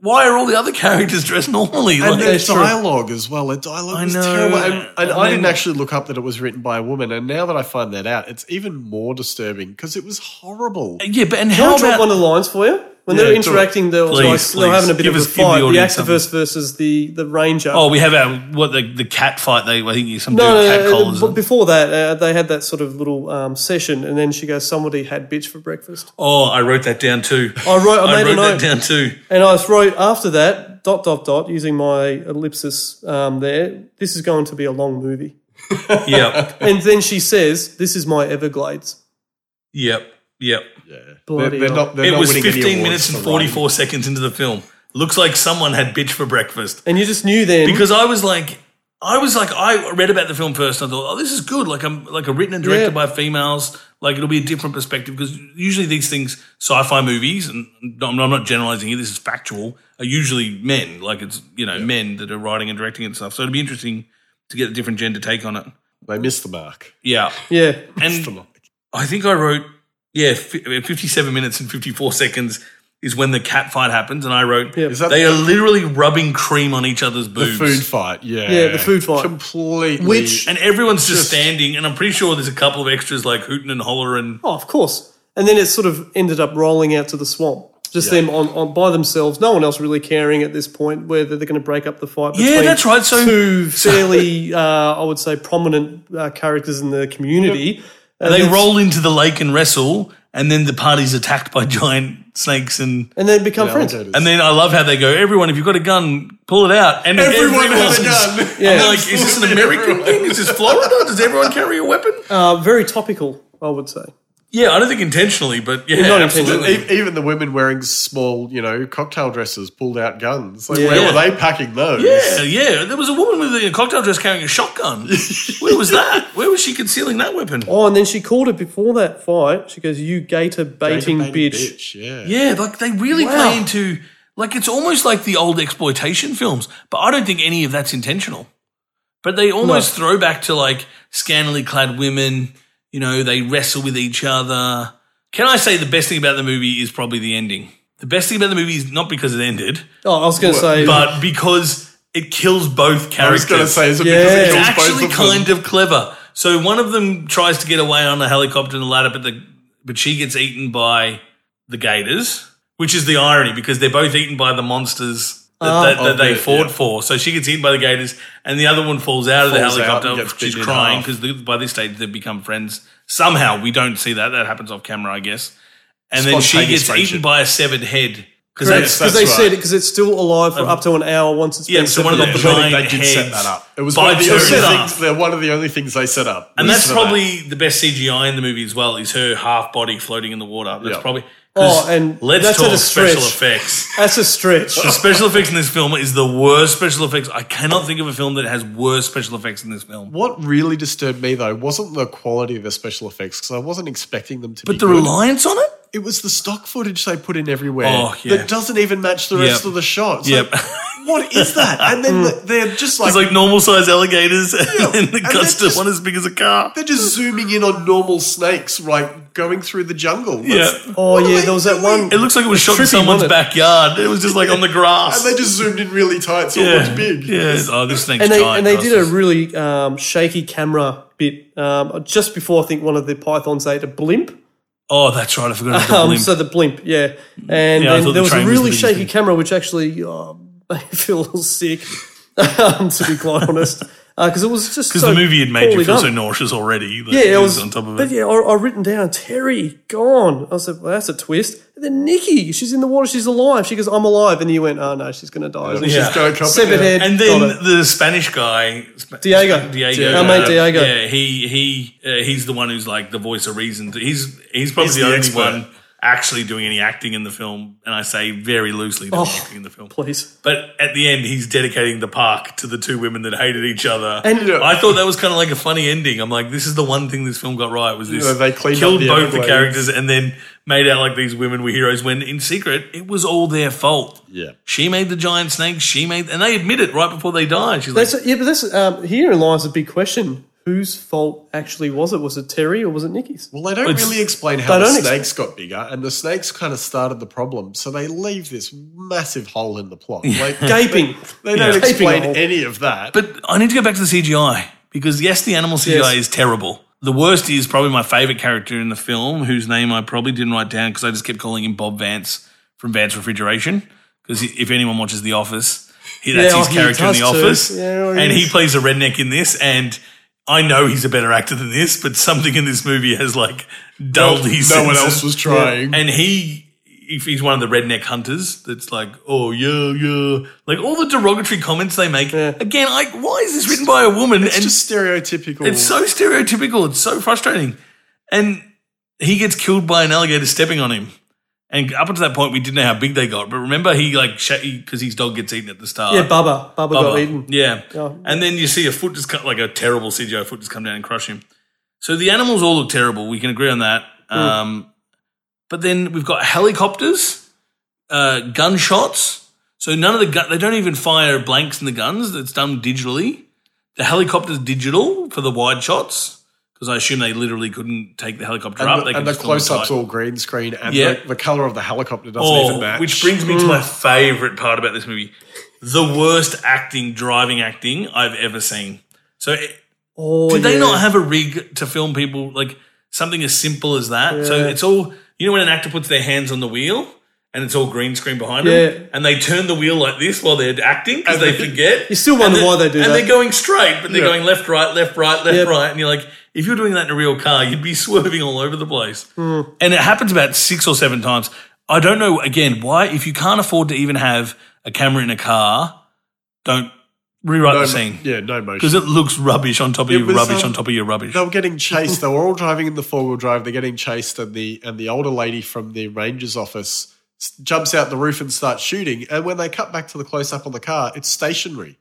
S2: why are all the other characters dressed normally?
S1: And
S2: Like-
S1: their
S3: that's true.
S1: dialogue as well. Her dialogue
S2: I
S1: was
S2: know.
S1: terrible. And, and
S2: And
S1: I didn't
S2: then-
S1: actually look up that it was written by a woman. And now that I find that out, it's even more disturbing because it was horrible.
S2: yeah, but and
S3: Can
S2: how
S3: I drop
S2: about
S3: one of the lines for you? When
S1: Yeah,
S3: they're
S1: do it.
S3: interacting, they're,
S2: Please,
S3: like,
S2: please.
S3: they're having a bit
S2: Give
S3: of
S2: us-
S3: a
S2: give the
S3: fight. The,
S2: audience
S3: activist versus the, the ranger.
S2: Oh, we have our what the the cat fight. They I think some
S3: no,
S2: dude
S3: no,
S2: cat
S3: no,
S2: collars.
S3: but
S2: them.
S3: before that, uh, they had that sort of little um, session, and then she goes, "Somebody had bitch for breakfast."
S2: Oh, I wrote that down too.
S3: I wrote, I made
S2: wrote
S3: a
S2: that
S3: note,
S2: down too.
S3: and I wrote after that dot dot dot using my ellipsis um, there. This is going to be a long movie,
S2: Yep,
S3: and then she says, "This is my Everglades."
S2: yep, yep.
S1: They're,
S3: Bloody
S1: they're
S3: hell.
S1: not, they're
S2: It
S1: not
S2: was
S1: winning any
S2: 15
S1: awards
S2: minutes and
S1: for
S2: 44 seconds into the film. Looks like someone had bitch for breakfast
S3: And you just knew then
S2: because I was like, I was like, I read about the film first. And I thought, oh, this is good. Like I'm like a written and directed
S3: Yeah.
S2: by females. Like it'll be a different perspective because usually these things, sci-fi movies, and I'm I'm not generalizing here. This is factual. Are usually men. Like it's you know men that are writing and directing and stuff. So it'd be interesting to get a different gender take on it.
S1: They missed the mark.
S2: Yeah.
S3: yeah,
S2: And
S1: Come on.
S2: I think I wrote, yeah, fi- 57 minutes and 54 seconds is when the cat fight happens. And I wrote,
S3: Yeah.
S1: Is that
S2: they
S1: the-
S2: are literally rubbing cream on each other's
S1: The
S2: boobs.
S1: food fight, yeah,
S3: Yeah, the food fight.
S1: completely.
S3: Which-
S2: And everyone's just, standing. And I'm pretty sure there's a couple of extras like hooting and hollering.
S3: Oh, of course. And then it sort of ended up rolling out to the swamp. Just them on, on by themselves, no one else really caring at this point whether they're going to break up the fight. Between
S2: yeah, that's right. So
S3: Two fairly, uh, I would say, prominent uh, characters in the community. And
S2: they
S1: Oh,
S3: it's-
S2: roll into the lake and wrestle. And then the party's attacked by giant snakes and.
S3: and then become friends.
S1: alligators.
S2: And then I love how they go, everyone, if you've got a gun, pull it out. And
S1: Everyone has a
S2: else's-
S1: gun.
S2: I'm
S3: Yeah.
S2: like, is this an American thing? Is this Florida? Does everyone carry a weapon?
S3: Uh, very topical, I would say.
S2: Yeah, I don't think intentionally, but yeah,
S3: not
S2: absolutely.
S3: intentionally.
S1: E- Even the women wearing small, you know, cocktail dresses pulled out guns. Like, where
S3: Yeah.
S1: were they packing those?
S2: Yeah, yeah. There was a woman with a cocktail dress carrying a shotgun. Where was that? Where was she concealing that weapon?
S3: Oh, and then she called it before that fight. She goes, "You gator baiting,
S1: Baby
S3: bitch."
S1: Yeah.
S2: Yeah, like they really
S3: Wow.
S2: play into like it's almost like the old exploitation films, but I don't think any of that's intentional. But they almost throw back to like scantily clad women, you know, they wrestle with each other. Can I say the best thing about the movie is probably the ending? The best thing about the movie is not because it ended,
S3: Oh, I was going to say,
S2: but because it kills both characters.
S1: I was going to say, is it
S3: Yeah.
S1: because it
S2: It's
S1: kills
S2: actually
S1: both of them?
S2: kind of clever. So one of them tries to get away on a helicopter and the ladder, but the but she gets eaten by the gators, which is the irony because they're both eaten by the monsters that, that, that
S1: Ah, Of
S2: they
S1: the-
S2: fought
S1: yeah.
S2: for. So she gets eaten by the gators, and the other one falls out of
S1: Falls
S2: the
S1: out and
S2: helicopter.
S1: gets
S2: She's
S1: bitten in
S2: crying
S1: half.
S2: because by this stage they've become friends. Somehow we don't see that. That happens off camera, I guess. And then she
S1: Spontaneous
S2: gets eaten
S1: friendship.
S2: by a severed head
S1: Correct.
S2: because that's Um,
S3: because
S1: That's
S3: they
S1: right.
S3: said it because it's still alive for up to an hour once it's
S2: yeah.
S3: been
S2: So one of the
S1: Yeah,
S3: separated.
S1: I think
S2: blind
S1: they did set
S2: heads
S1: that up. It was
S2: bites
S1: one of, the
S2: her
S1: only
S2: in half.
S1: things, they're one of the only things they set up.
S2: And
S1: was
S2: that's
S1: for
S2: probably the best CGI in the movie as well. Is her half body floating in the water? That's
S1: Yeah.
S2: probably.
S3: Oh, and
S2: let's
S3: that's at
S2: talk
S3: a
S2: special
S3: stretch.
S2: effects.
S3: That's a stretch.
S2: The special effects in this film is the worst special effects. I cannot think of a film that has worse special effects in this film.
S1: What really disturbed me though wasn't the quality of the special effects because I wasn't expecting them to be.
S2: But the
S1: good.
S2: reliance on it.
S1: it was the stock footage they put in everywhere
S2: Oh, yeah.
S1: that doesn't even match the rest
S2: Yep.
S1: of the shots.
S2: Yep.
S1: what is that? And then the- they're just like,
S2: It's like normal size alligators, and then the
S1: and they're
S2: custom
S1: just-
S2: one as big as a car.
S1: they're just zooming in on normal snakes, like going through the jungle.
S2: Yeah.
S1: That's-
S3: Oh
S1: what are
S3: yeah,
S1: they
S3: there was that
S1: doing?
S3: one.
S2: It looks like it was shot in
S3: trippy,
S2: someone's
S3: wasn't it?
S2: backyard. It was just like on the grass.
S1: And they just zoomed in really tight, so it
S2: yeah.
S1: looked big.
S2: Yeah. Oh, this thing's
S3: and they
S2: giant.
S3: and they did a
S2: Rastus.
S3: really um, shaky camera bit um, just before I think one of the pythons ate a blimp.
S2: Oh, that's right. I forgot about the
S3: Um,
S2: blimp.
S3: so the blimp, yeah, and,
S2: Yeah, I
S3: and
S2: thought the
S3: there was a
S2: train was the
S3: really
S2: biggest
S3: shaky
S2: thing.
S3: camera, which actually um, made me feel a little sick, um, to be quite honest, because it was just
S2: Because
S3: because
S2: the movie had made you feel
S3: done.
S2: so nauseous already. that
S3: Yeah, it was
S2: on top of it.
S3: But yeah, I, I written down Terry gone. I said, well, that's a twist. And then Nikki, she's in the water, she's alive. She goes, I'm alive, and you went, oh no, she's going to die. isn't she?"
S1: She's going to
S3: Severed head.
S2: And
S3: got
S2: then
S3: it.
S2: the Spanish guy, Sp- Diego,
S3: Diego.
S2: uh,
S3: Diego. Our mate Diego.
S2: Yeah, he he uh, he's the one who's like the voice of reason. He's he's probably
S1: He's
S2: the,
S1: the
S2: only
S1: expert.
S2: one actually doing any acting in the film, and I say very loosely doing
S3: Oh.
S2: acting in the film.
S3: please.
S2: But at the end, he's dedicating the park to the two women that hated each other.
S3: And-
S1: uh,
S3: Yeah.
S2: I thought that was kind of like a funny ending. I'm like, this is the one thing this film got right was this.
S1: Yeah, they cleaned up
S2: killed
S1: the
S2: both the
S1: Everglades.
S2: characters and then made out like these women were heroes when in secret, it was all their fault.
S1: Yeah.
S2: She made the giant snake. She made, and they admit it right before they die. She's like,
S3: That's yeah, but that's um, here lies a big question. Whose fault actually was it? Was it Terry or was it Nikki's?
S1: Well, they don't
S2: It's-
S1: really explain how
S3: They
S1: the
S3: don't ex-
S1: snakes got bigger, and the snakes kind of started the problem, so they leave this massive hole in the plot. Like,
S3: Gaping.
S1: They don't
S3: Gaping
S1: explain
S3: hole.
S1: any of that.
S2: but I need to go back to the CGI because yes, the animal CGI
S3: Yes.
S2: is terrible. The worst is probably my favorite character in the film, whose name I probably didn't write down because I just kept calling him Bob Vance from Vance Refrigeration. Because if anyone watches The Office, he, that's
S3: Yeah, oh,
S2: his
S3: he
S2: character in
S3: does
S2: The
S3: too.
S2: Office,
S3: Yeah, well,
S2: and
S3: he
S2: he
S3: is.
S2: plays a redneck in this. And I know he's a better actor than this, but something in this movie has like dulled his.
S1: no one
S2: senses.
S1: else was trying.
S2: And he, if he's one of the redneck hunters, that's like, oh yeah, yeah, like all the derogatory comments they make. Again, like, why is this written by a woman?
S1: It's
S2: and
S1: just stereotypical.
S2: it's so stereotypical. It's so frustrating. And he gets killed by an alligator stepping on him. And up until that point, we didn't know how big they got. But remember, he like because his dog gets eaten at the start.
S3: Yeah, Bubba. Bubba, got
S2: Bubba.
S3: eaten.
S2: Yeah.
S3: Yeah.
S2: And then you see a foot just cut, like a terrible CGI foot just come down and crush him. So the animals all look terrible. We can agree on that.
S1: Mm.
S2: Um, but then we've got helicopters, uh, gunshots. So none of the gun, they don't even fire blanks in the guns. It's done digitally. The helicopter's digital for the wide shots because I assume they literally couldn't take the helicopter
S1: and
S2: up.
S1: the,
S2: they could
S1: and the
S2: just film it
S1: close-ups
S2: tight.
S1: all green screen, and
S2: Yeah.
S1: the, the color of the helicopter doesn't
S2: Oh,
S1: even match.
S2: Which brings me to my favorite part about this movie the worst acting, driving acting I've ever seen. So, it-
S3: Oh,
S2: did they
S3: yeah.
S2: not have a rig to film people like something as simple as that? So, it's all you know, when an actor puts their hands on the wheel and it's all green screen behind
S3: Yeah.
S2: them, and they turn the wheel like this while they're acting because they forget.
S3: You still wonder
S2: And
S3: why
S2: they're-
S3: they do
S2: And
S3: that.
S2: they're going straight, but they're
S1: Yeah.
S2: going left, right, left, right, left,
S3: Yep.
S2: right. And you're like, if
S3: Hmm.
S2: you're doing that in a real car, you'd be swerving all over the place. And it happens about six or seven times. I don't know again why if you can't afford to even have a camera in a car, don't rewrite
S1: No,
S2: the scene
S1: Yeah, no motion.
S2: because it looks rubbish on top of
S1: It
S2: your
S1: was,
S2: rubbish
S1: um,
S2: on top of your rubbish.
S1: They were getting chased. They were all driving in the four wheel drive. They're getting chased, and the and the older lady from the ranger's office s- jumps out the roof and starts shooting. And when they cut back to the close up on the car, it's stationary.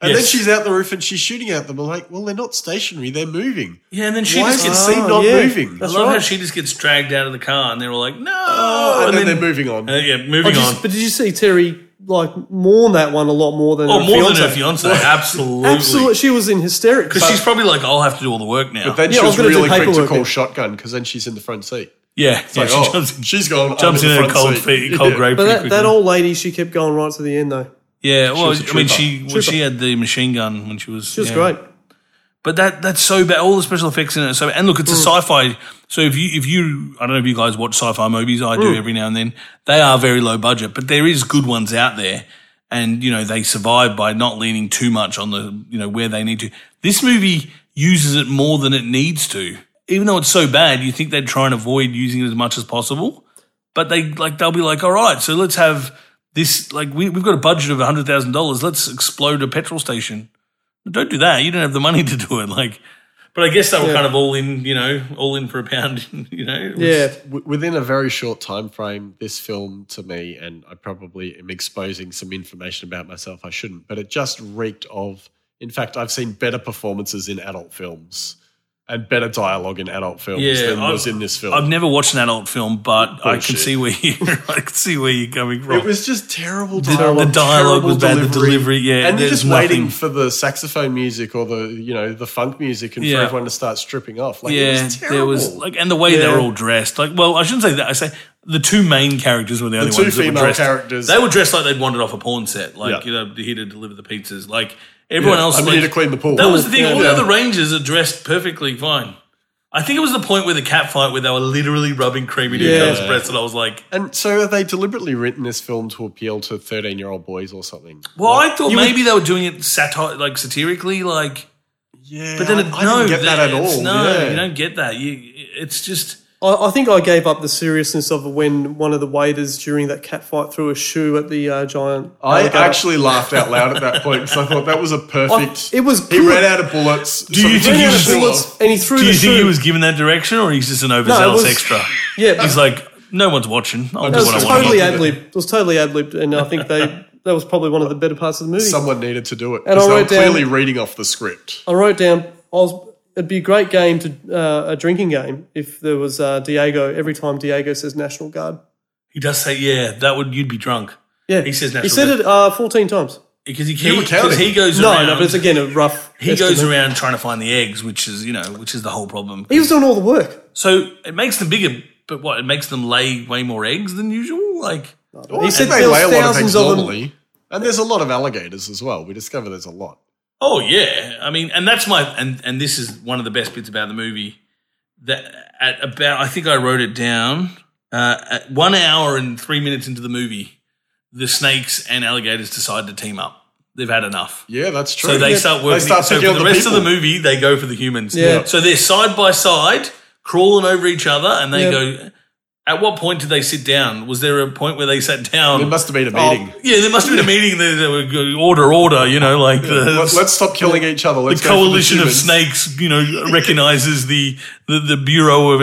S1: And then
S2: Yes.
S1: she's out the roof and she's shooting at them. I'm like, well, they're not stationary. They're moving.
S2: yeah, and then she
S1: Why
S2: just
S1: is the
S2: gets.
S1: scene
S3: Oh,
S1: not
S3: yeah.
S1: moving?
S2: I
S3: That's
S2: love how
S3: right.
S2: she just gets dragged out of the car, and they're all like, "No!"
S1: Oh, and, then, they're moving on.
S2: Uh, yeah,
S3: I
S2: moving
S3: just-
S2: on.
S3: but did you see Terry like mourn that one a lot more than
S2: Or Oh,
S3: her
S2: more
S3: fiance?
S2: than her fiance, absolutely.
S3: Absolutely, she was in hysterics.
S2: Because she's probably like, "I'll have to do all the work now."
S1: But then
S3: Yeah,
S1: she
S3: I was
S1: was
S3: gonna do
S1: really quick to
S3: paperwork
S1: call
S3: then.
S1: shotgun because then she's in the front seat.
S2: yeah, yeah,
S1: Like,
S2: she
S1: oh,
S2: jumps in,
S1: she's gone.
S2: jumps in
S1: under the
S2: her
S1: front
S2: cold
S1: seat.
S2: feet, cold
S1: Yeah.
S2: grave.
S3: but
S2: pretty
S3: that,
S2: quickly.
S3: that old lady, she kept going right to the end though.
S2: Yeah, well,
S1: was a
S2: I mean,
S1: trooper.
S2: she well, she had the machine gun when she was.
S3: She was
S2: yeah.
S3: great.
S2: But that that's so bad. All the special effects in it. are So and look, it's a sci-fi. So if you if you I don't know if you guys watch sci-fi movies. I do every now and then. They are very low budget, but there is good ones out there, and you know they survive by not leaning too much on the you know where they need to. This movie uses it more than it needs to. Even though it's so bad, you think they'd try and avoid using it as much as possible. But they like they'll be like, all right, so let's have this like we, we've got a budget of hundred thousand dollars. Let's explode a petrol station. Don't do that. You don't have the money to do it. Like, but I guess they were
S3: Yeah.
S2: kind of all in. You know, all in for a pound. You know. It was-
S3: Yeah,
S1: w- within a very short time frame this film to me and i probably am exposing some information about myself i shouldn't but it just reeked of in fact i've seen better performances in adult films and better dialogue in adult films
S2: Yeah,
S1: than was
S2: I've-
S1: in this film
S2: I've never watched an adult film, but I can
S1: Bullshit.
S2: see where you. I can see where you're coming from.
S1: Oh, it was just terrible
S2: the
S1: dialogue.
S2: dialogue was
S1: terrible
S2: bad, the delivery, yeah,
S1: and you're
S2: there's
S1: just waiting
S2: nothing-
S1: for the saxophone music or the you know the funk music, and
S2: Yeah.
S1: for everyone to start stripping off. Like it
S2: yeah,
S1: was terrible.
S2: there was like, and the way they
S3: Yeah.
S2: were all dressed. Like, well, I shouldn't say that. I say the two main characters were the, only
S1: two
S2: ones that were
S1: female
S2: dressed.
S1: characters.
S2: They were dressed like they'd wandered off a porn set.
S1: Yeah.
S2: Like, you know, here to deliver the pizzas. Like everyone else.
S1: I'm
S2: like,
S1: here to clean the pool.
S2: That was the thing.
S1: Yeah,
S2: all
S1: yeah.
S2: the other rangers are dressed perfectly fine. I think it was the point where the cat fight where they were literally rubbing cream into each
S3: Yeah.
S2: other's breasts, and I was like,
S1: And so, have they deliberately written this film to appeal to thirteen-year-old boys or something?
S2: "Well, I thought maybe they were doing it satire, like satirically, like."
S1: Yeah,
S2: But then, it,
S1: I, I
S2: no,
S1: didn't get that at
S2: it's-
S1: all.
S2: No,
S1: yeah.
S2: you don't get that. You, it's just
S3: I, I think I gave up the seriousness of when one of the waiters during that cat fight threw a shoe at the uh, giant.
S1: I
S3: alligator.
S1: actually laughed out loud at that point because I thought that was a perfect.
S3: I- it was
S1: He
S3: good.
S1: ran out of bullets. Do
S2: you think he
S3: Yeah,
S2: was-
S3: the bullets, and he threw
S2: Do
S3: the
S2: you think
S3: shoe.
S2: he was given that direction, or he's just an overzealous
S3: was-
S2: extra?
S3: yeah,
S2: He's like, no one's watching. I'll
S3: It
S2: do
S3: was
S2: what I want.
S3: totally
S1: to do.
S3: ad lib. It was totally ad libbed, and I think they that was probably one of the better parts of the movie.
S1: Someone needed to do it
S3: And
S1: because
S3: I
S1: they were
S3: wrote down-
S1: clearly reading off the script.
S3: I wrote down. I was, it'd be a great game to uh, a drinking game if there was uh, Diego. Every time Diego says National Guard,
S2: He does say, yeah, that would you'd be drunk
S3: yeah,
S2: He says
S3: He
S2: National
S3: said
S2: Guard.
S3: it uh, fourteen times.
S2: because he
S1: were
S2: he,
S1: counting.
S2: because he goes
S3: No,
S2: around.
S3: no, but it's again a rough.
S2: he goes
S3: estimate.
S2: around trying to find the eggs, which is you know, which is the whole problem.
S3: He was doing all the work.
S2: So it makes them bigger, but what it makes them lay way more eggs than usual. Like
S1: Well,
S3: said
S1: Oh, and they
S3: there was
S1: lay a lot of
S3: thousands
S1: eggs
S3: of them.
S1: normally, and there's a lot of alligators as well. We discover there's a lot.
S2: Oh yeah, I mean, and that's my and and this is one of the best bits about the movie. That at about I think I wrote it down. Uh, at one hour and three minutes into the movie, the snakes and alligators decide to team up. They've had enough.
S1: Yeah, that's true.
S2: So they
S1: Yeah.
S2: start working.
S1: start
S2: so for
S1: picking
S2: the,
S1: on
S2: rest of the
S1: people.
S2: movie, they go for the humans.
S3: Yeah.
S2: So they're side by side, crawling over each other, and they
S3: Yeah.
S2: go. At what point did they sit down? Was there a point where they sat down?
S1: It must have been a
S2: Oh,
S1: meeting.
S2: yeah, there must have been a meeting. They, they were go, order, order. You know, like the,
S1: Let, us stop killing each other. Let's
S2: the
S1: go for
S2: coalition of
S1: humans.
S2: snakes, you know, recognizes the, the, the Bureau of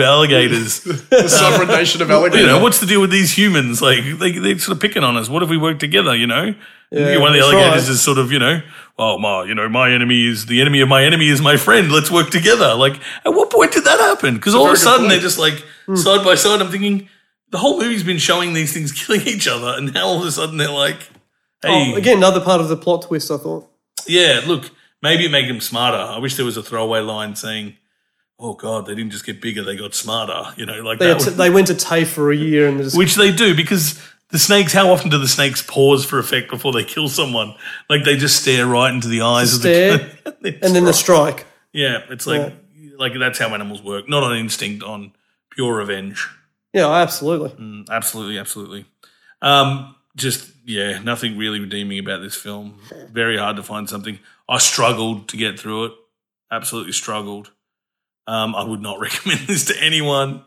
S2: Alligators.
S1: the sovereign nation of alligators.
S2: You know, what's the deal with these humans? Like, they, they're sort of picking on us. What if we work together, you know? One of the
S3: that's
S2: alligators
S3: right.
S2: is sort of, you know, well, my, you know, my enemy is the enemy of my enemy is my friend. Let's work together. Like, at what point did that happen? Because all of
S1: very
S2: a
S1: good
S2: sudden
S1: point.
S2: they're just like side by side. I'm thinking the whole movie's been showing these things killing each other, and now all of a sudden they're like, hey,
S3: Oh, again, another part of the plot twist. I thought.
S2: yeah, look, maybe it made them smarter. I wish there was a throwaway line saying, "Oh God, they didn't just get bigger; they got smarter." You know, like
S3: They,
S2: that.
S3: had to-
S2: would-
S3: they went to TAFE for a year and just,
S2: which they do because the snakes. How often do the snakes pause for effect before they kill someone? Like they just stare right into the eyes of
S3: stare,
S2: the. It's
S3: and then the strike.
S2: yeah, it's like like that's how animals work, not on instinct, on pure revenge.
S3: Yeah, absolutely.
S2: Mm. Absolutely, absolutely. Um, just yeah, nothing really redeeming about this film. Very hard to find something. I struggled to get through it. Absolutely struggled. Um, I would not recommend this to anyone.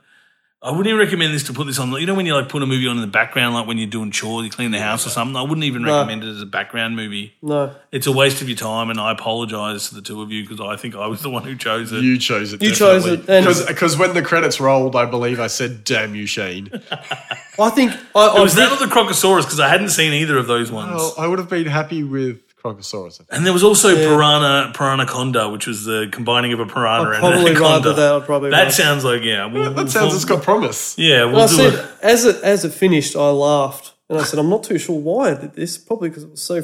S2: I wouldn't even recommend this to put this on. You know when you like put a movie on in the background, like when you're doing chores, you clean the house or something. I wouldn't even
S3: No.
S2: recommend it as a background movie.
S3: No.
S2: It's a waste of your time, and I apologise to the two of you because I think I was the one who chose it.
S1: You chose it.
S3: You chose it, and-
S1: Because when the credits rolled, I believe I said, damn you, Shane.
S3: I think I, I
S2: was that or the Crocosaurus? Because I hadn't seen either of those ones.
S1: Well, I would have been happy with Crocosaurus. I think.
S2: And there was also Piranha Piranha Conda, which was the combining of a piranha
S3: I'd
S2: and an
S3: probably rather
S2: anaconda.
S3: that. I'd probably
S2: That
S3: rather.
S2: sounds like yeah. We'll,
S1: That sounds, it's got promise.
S2: yeah. We'll
S3: And I
S2: do
S3: said,
S2: it.
S3: as it as it finished, I laughed and I said, I'm not too sure why I did this. Probably because it was so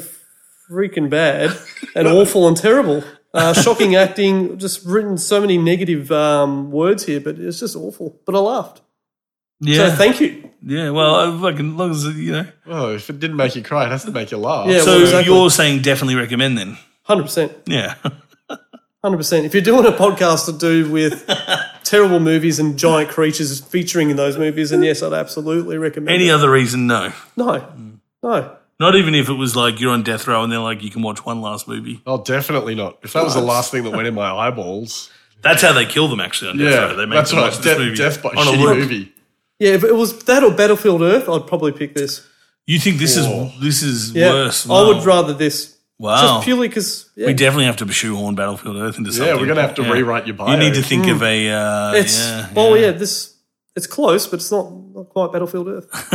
S3: freaking bad and awful and terrible. Uh, shocking acting, just written so many negative um, words here, but it's just awful. But I laughed.
S2: Yeah,
S3: So thank you.
S2: yeah. Well, I fucking as long as you know.
S1: Oh, if it didn't make you cry, it has to make you laugh.
S3: Yeah.
S2: So
S3: well, exactly.
S2: you're saying definitely recommend then?
S3: 100%.
S2: Yeah.
S3: Hundred percent. If you're doing a podcast to do with terrible movies and giant creatures featuring in those movies, then yes, I'd absolutely recommend.
S2: Any
S3: it.
S2: other reason? No.
S3: No, no.
S2: Not even if it was like you're on death row and they're like you can watch one last movie.
S1: Oh, definitely not. If that was the last thing that went in my eyeballs.
S2: That's how they kill them actually on death
S1: Yeah,
S2: row. They make
S1: that's
S2: them
S1: right.
S2: watch this
S1: death,
S2: movie
S1: death by
S2: on a
S1: shitty
S2: loop.
S1: movie.
S3: Yeah, if it was that or Battlefield Earth, I'd probably pick this.
S2: You think this
S1: Whoa.
S2: is this is
S3: Yeah,
S2: worse?
S3: I would
S2: Wow.
S3: rather this.
S2: Wow.
S3: Just purely because yeah,
S2: We definitely have to shoehorn Battlefield Earth into something.
S1: Yeah, we're gonna have to
S2: Yeah.
S1: rewrite your bio.
S2: You need to think
S1: Hmm.
S2: of a. Uh,
S3: it's
S2: yeah,
S3: well, yeah. this it's close, but it's not not quite Battlefield Earth.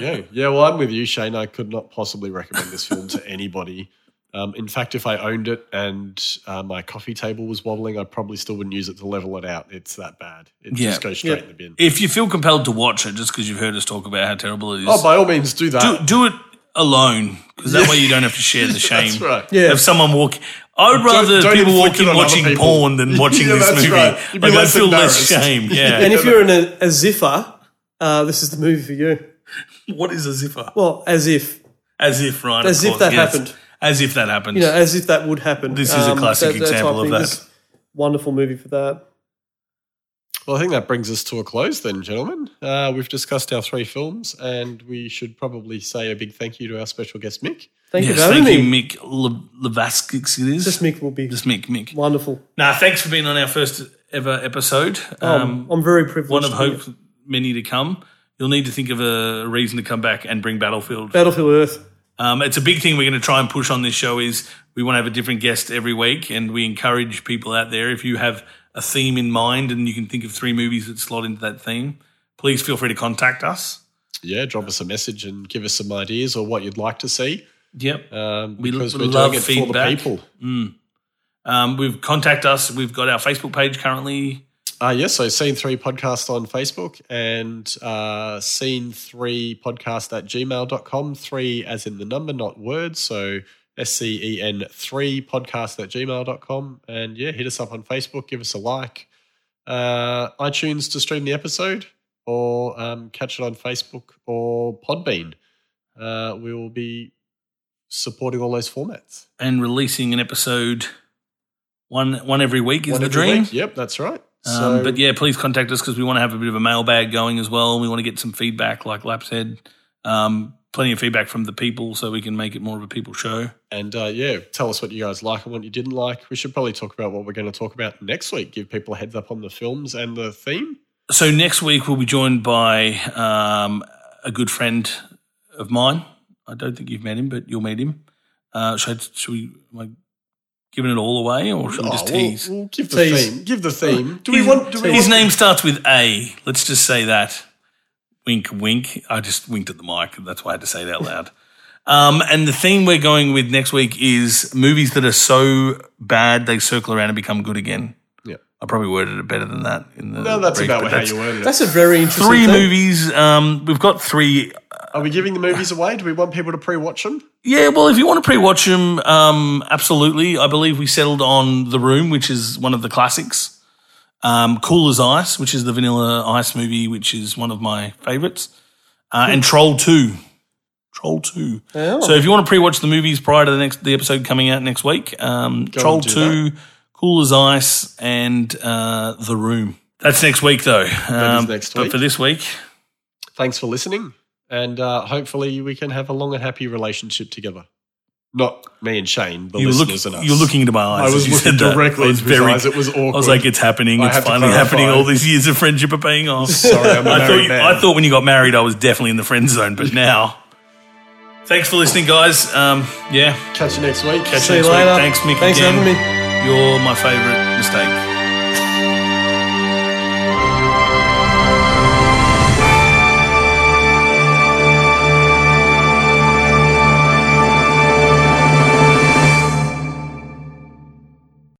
S1: yeah, yeah. Well, I'm with you, Shane. I could not possibly recommend this film to anybody. Um, in fact, if I owned it and uh, my coffee table was wobbling, I probably still wouldn't use it to level it out. It's that bad. It
S2: Yeah.
S1: just goes straight
S3: Yeah.
S1: in the bin.
S2: If you feel compelled to watch it just because you've heard us talk about how terrible it is,
S1: oh, by all means, do that.
S2: do, do it alone because that way you don't have to share the shame.
S1: That's right.
S3: Yeah.
S2: If someone walk, I would rather
S1: don't
S2: people
S1: inflict
S2: walk
S1: it
S2: in
S1: on other
S2: watching
S1: people.
S2: porn than watching
S1: Yeah,
S2: this
S1: that's
S2: movie.
S1: right. You'd be
S2: Like, I
S1: less
S2: feel less
S1: embarrassed.
S2: shame.
S3: and
S2: Yeah.
S3: if you're in a, a ziffer, uh, this is the movie for you.
S2: what is as if? I-
S3: Well, as if
S2: As if right. of
S3: As if
S2: course,
S3: that
S2: yes.
S3: happened.
S2: As if that happened.
S3: you know, as if that would happen. Um,
S2: This is a classic
S3: that's
S2: example
S3: why
S2: of
S3: I think
S2: that.
S3: this- Wonderful movie for that.
S1: Well, I think that brings us to a close, then, gentlemen. Uh, we've discussed our three films, and we should probably say a big thank you to our special guest, Mick.
S3: Thank you
S2: yes.
S3: for having
S2: Thank you,
S3: me.
S2: Mick Le- Levaskis. It is
S3: Just Mick will be
S2: Just Mick. Mick.
S3: wonderful.
S2: Nah. Thanks for being on our first ever episode.
S1: Oh,
S3: Um, I'm very privileged.
S2: one of
S3: to be
S2: hope many to come. You'll need to think of a reason to come back and bring Battlefield.
S3: Battlefield Earth.
S2: Um, it's a big thing we're going to try and push on this show is we want to have a different guest every week, and we encourage people out there if you have a theme in mind and you can think of three movies that slot into that theme, please feel free to contact us.
S1: Yeah, drop us a message and give us some ideas or what you'd like to see.
S2: Yep.
S1: Um,
S2: We
S1: because
S2: l-
S1: we're
S2: love
S1: doing it
S2: feedback.
S1: for the people.
S2: Um, we've contact us. We've got our Facebook page currently.
S1: Uh, yes, so Scene 3 Podcast on Facebook and uh, Scene 3 Podcast at gmail.com. 3 as in the number, not words. So S C E N 3 Podcast at gmail.com. And yeah, hit us up on Facebook, give us a like. Uh, iTunes to stream the episode or um, catch it on Facebook or Podbean. Uh, we will be supporting all those formats.
S2: And releasing an episode one one every week is
S1: One
S2: the
S1: every
S2: dream.
S1: week. Yep, that's right.
S2: Um, but yeah, please contact us because we want to have a bit of a mailbag going as well. We want to get some feedback, like Lap said. Um, plenty of feedback from the people so we can make it more of a people show.
S1: And uh, yeah, tell us what you guys like and what you didn't like. We should probably talk about what we're going to talk about next week. Give people a heads up on the films and the theme.
S2: So next week we'll be joined by um, a good friend of mine. I don't think you've met him, but you'll meet him. Uh, should, should we am I giving it all away or should we just
S1: Oh, we'll-
S2: tease?
S1: we'll give the
S3: Tease.
S1: theme. Give the theme. Do we
S2: His-
S1: want? Do we
S2: his
S1: want-
S2: name starts with A. Let's just say that. Wink, wink. I just winked at the mic. That's why I had to say it out loud. Um, and the theme we're going with next week is movies that are so bad they circle around and become good again.
S1: Yeah.
S2: I probably worded it better than that. In the
S1: No, Oh, that's
S2: brief,
S1: about
S2: but
S1: how
S2: that's
S1: you worded it.
S3: That's a very interesting
S2: Three
S3: thing.
S2: movies. Um, we've got three.
S1: Are we giving the movies away? Do we want people to pre-watch them?
S2: Yeah, well, if you want to pre-watch them, um, absolutely. I believe we settled on The Room, which is one of the classics. um, Cool as Ice, which is the Vanilla Ice movie, which is one of my favorites, uh, and Troll Two. Troll Two.
S3: Oh.
S2: So if you want to pre-watch the movies prior to the next the episode coming out next week, um, Troll
S1: do
S2: Two, Cool as Ice, and uh, The Room. That's next week, though.
S1: is
S2: Um,
S1: next
S2: But
S1: week.
S2: for this week,
S1: Thanks for listening, and uh, hopefully we can have a long and happy relationship together. Not me and Shane, the
S2: You were
S1: listeners
S2: look,
S1: and us.
S2: you were looking into my eyes.
S1: I
S2: as
S1: was
S2: you
S1: looking
S2: said that.
S1: directly
S2: I was
S1: into his eyes. It was awkward.
S2: I was like, it's happening.
S1: I
S2: It's
S1: have to
S2: finally
S1: clarify.
S2: happening. All these years of friendship are paying off.
S1: Sorry, I'm a
S2: I thought,
S1: married
S2: you-
S1: man.
S2: I thought when you got married, I was definitely in the friend zone, but now. Thanks for listening, guys. Um, yeah,
S1: Catch you next week.
S2: Catch
S3: See you
S2: Next week.
S3: later.
S2: Thanks, Mick,
S3: Thanks for
S2: again.
S3: having me.
S2: you're my favourite mistake.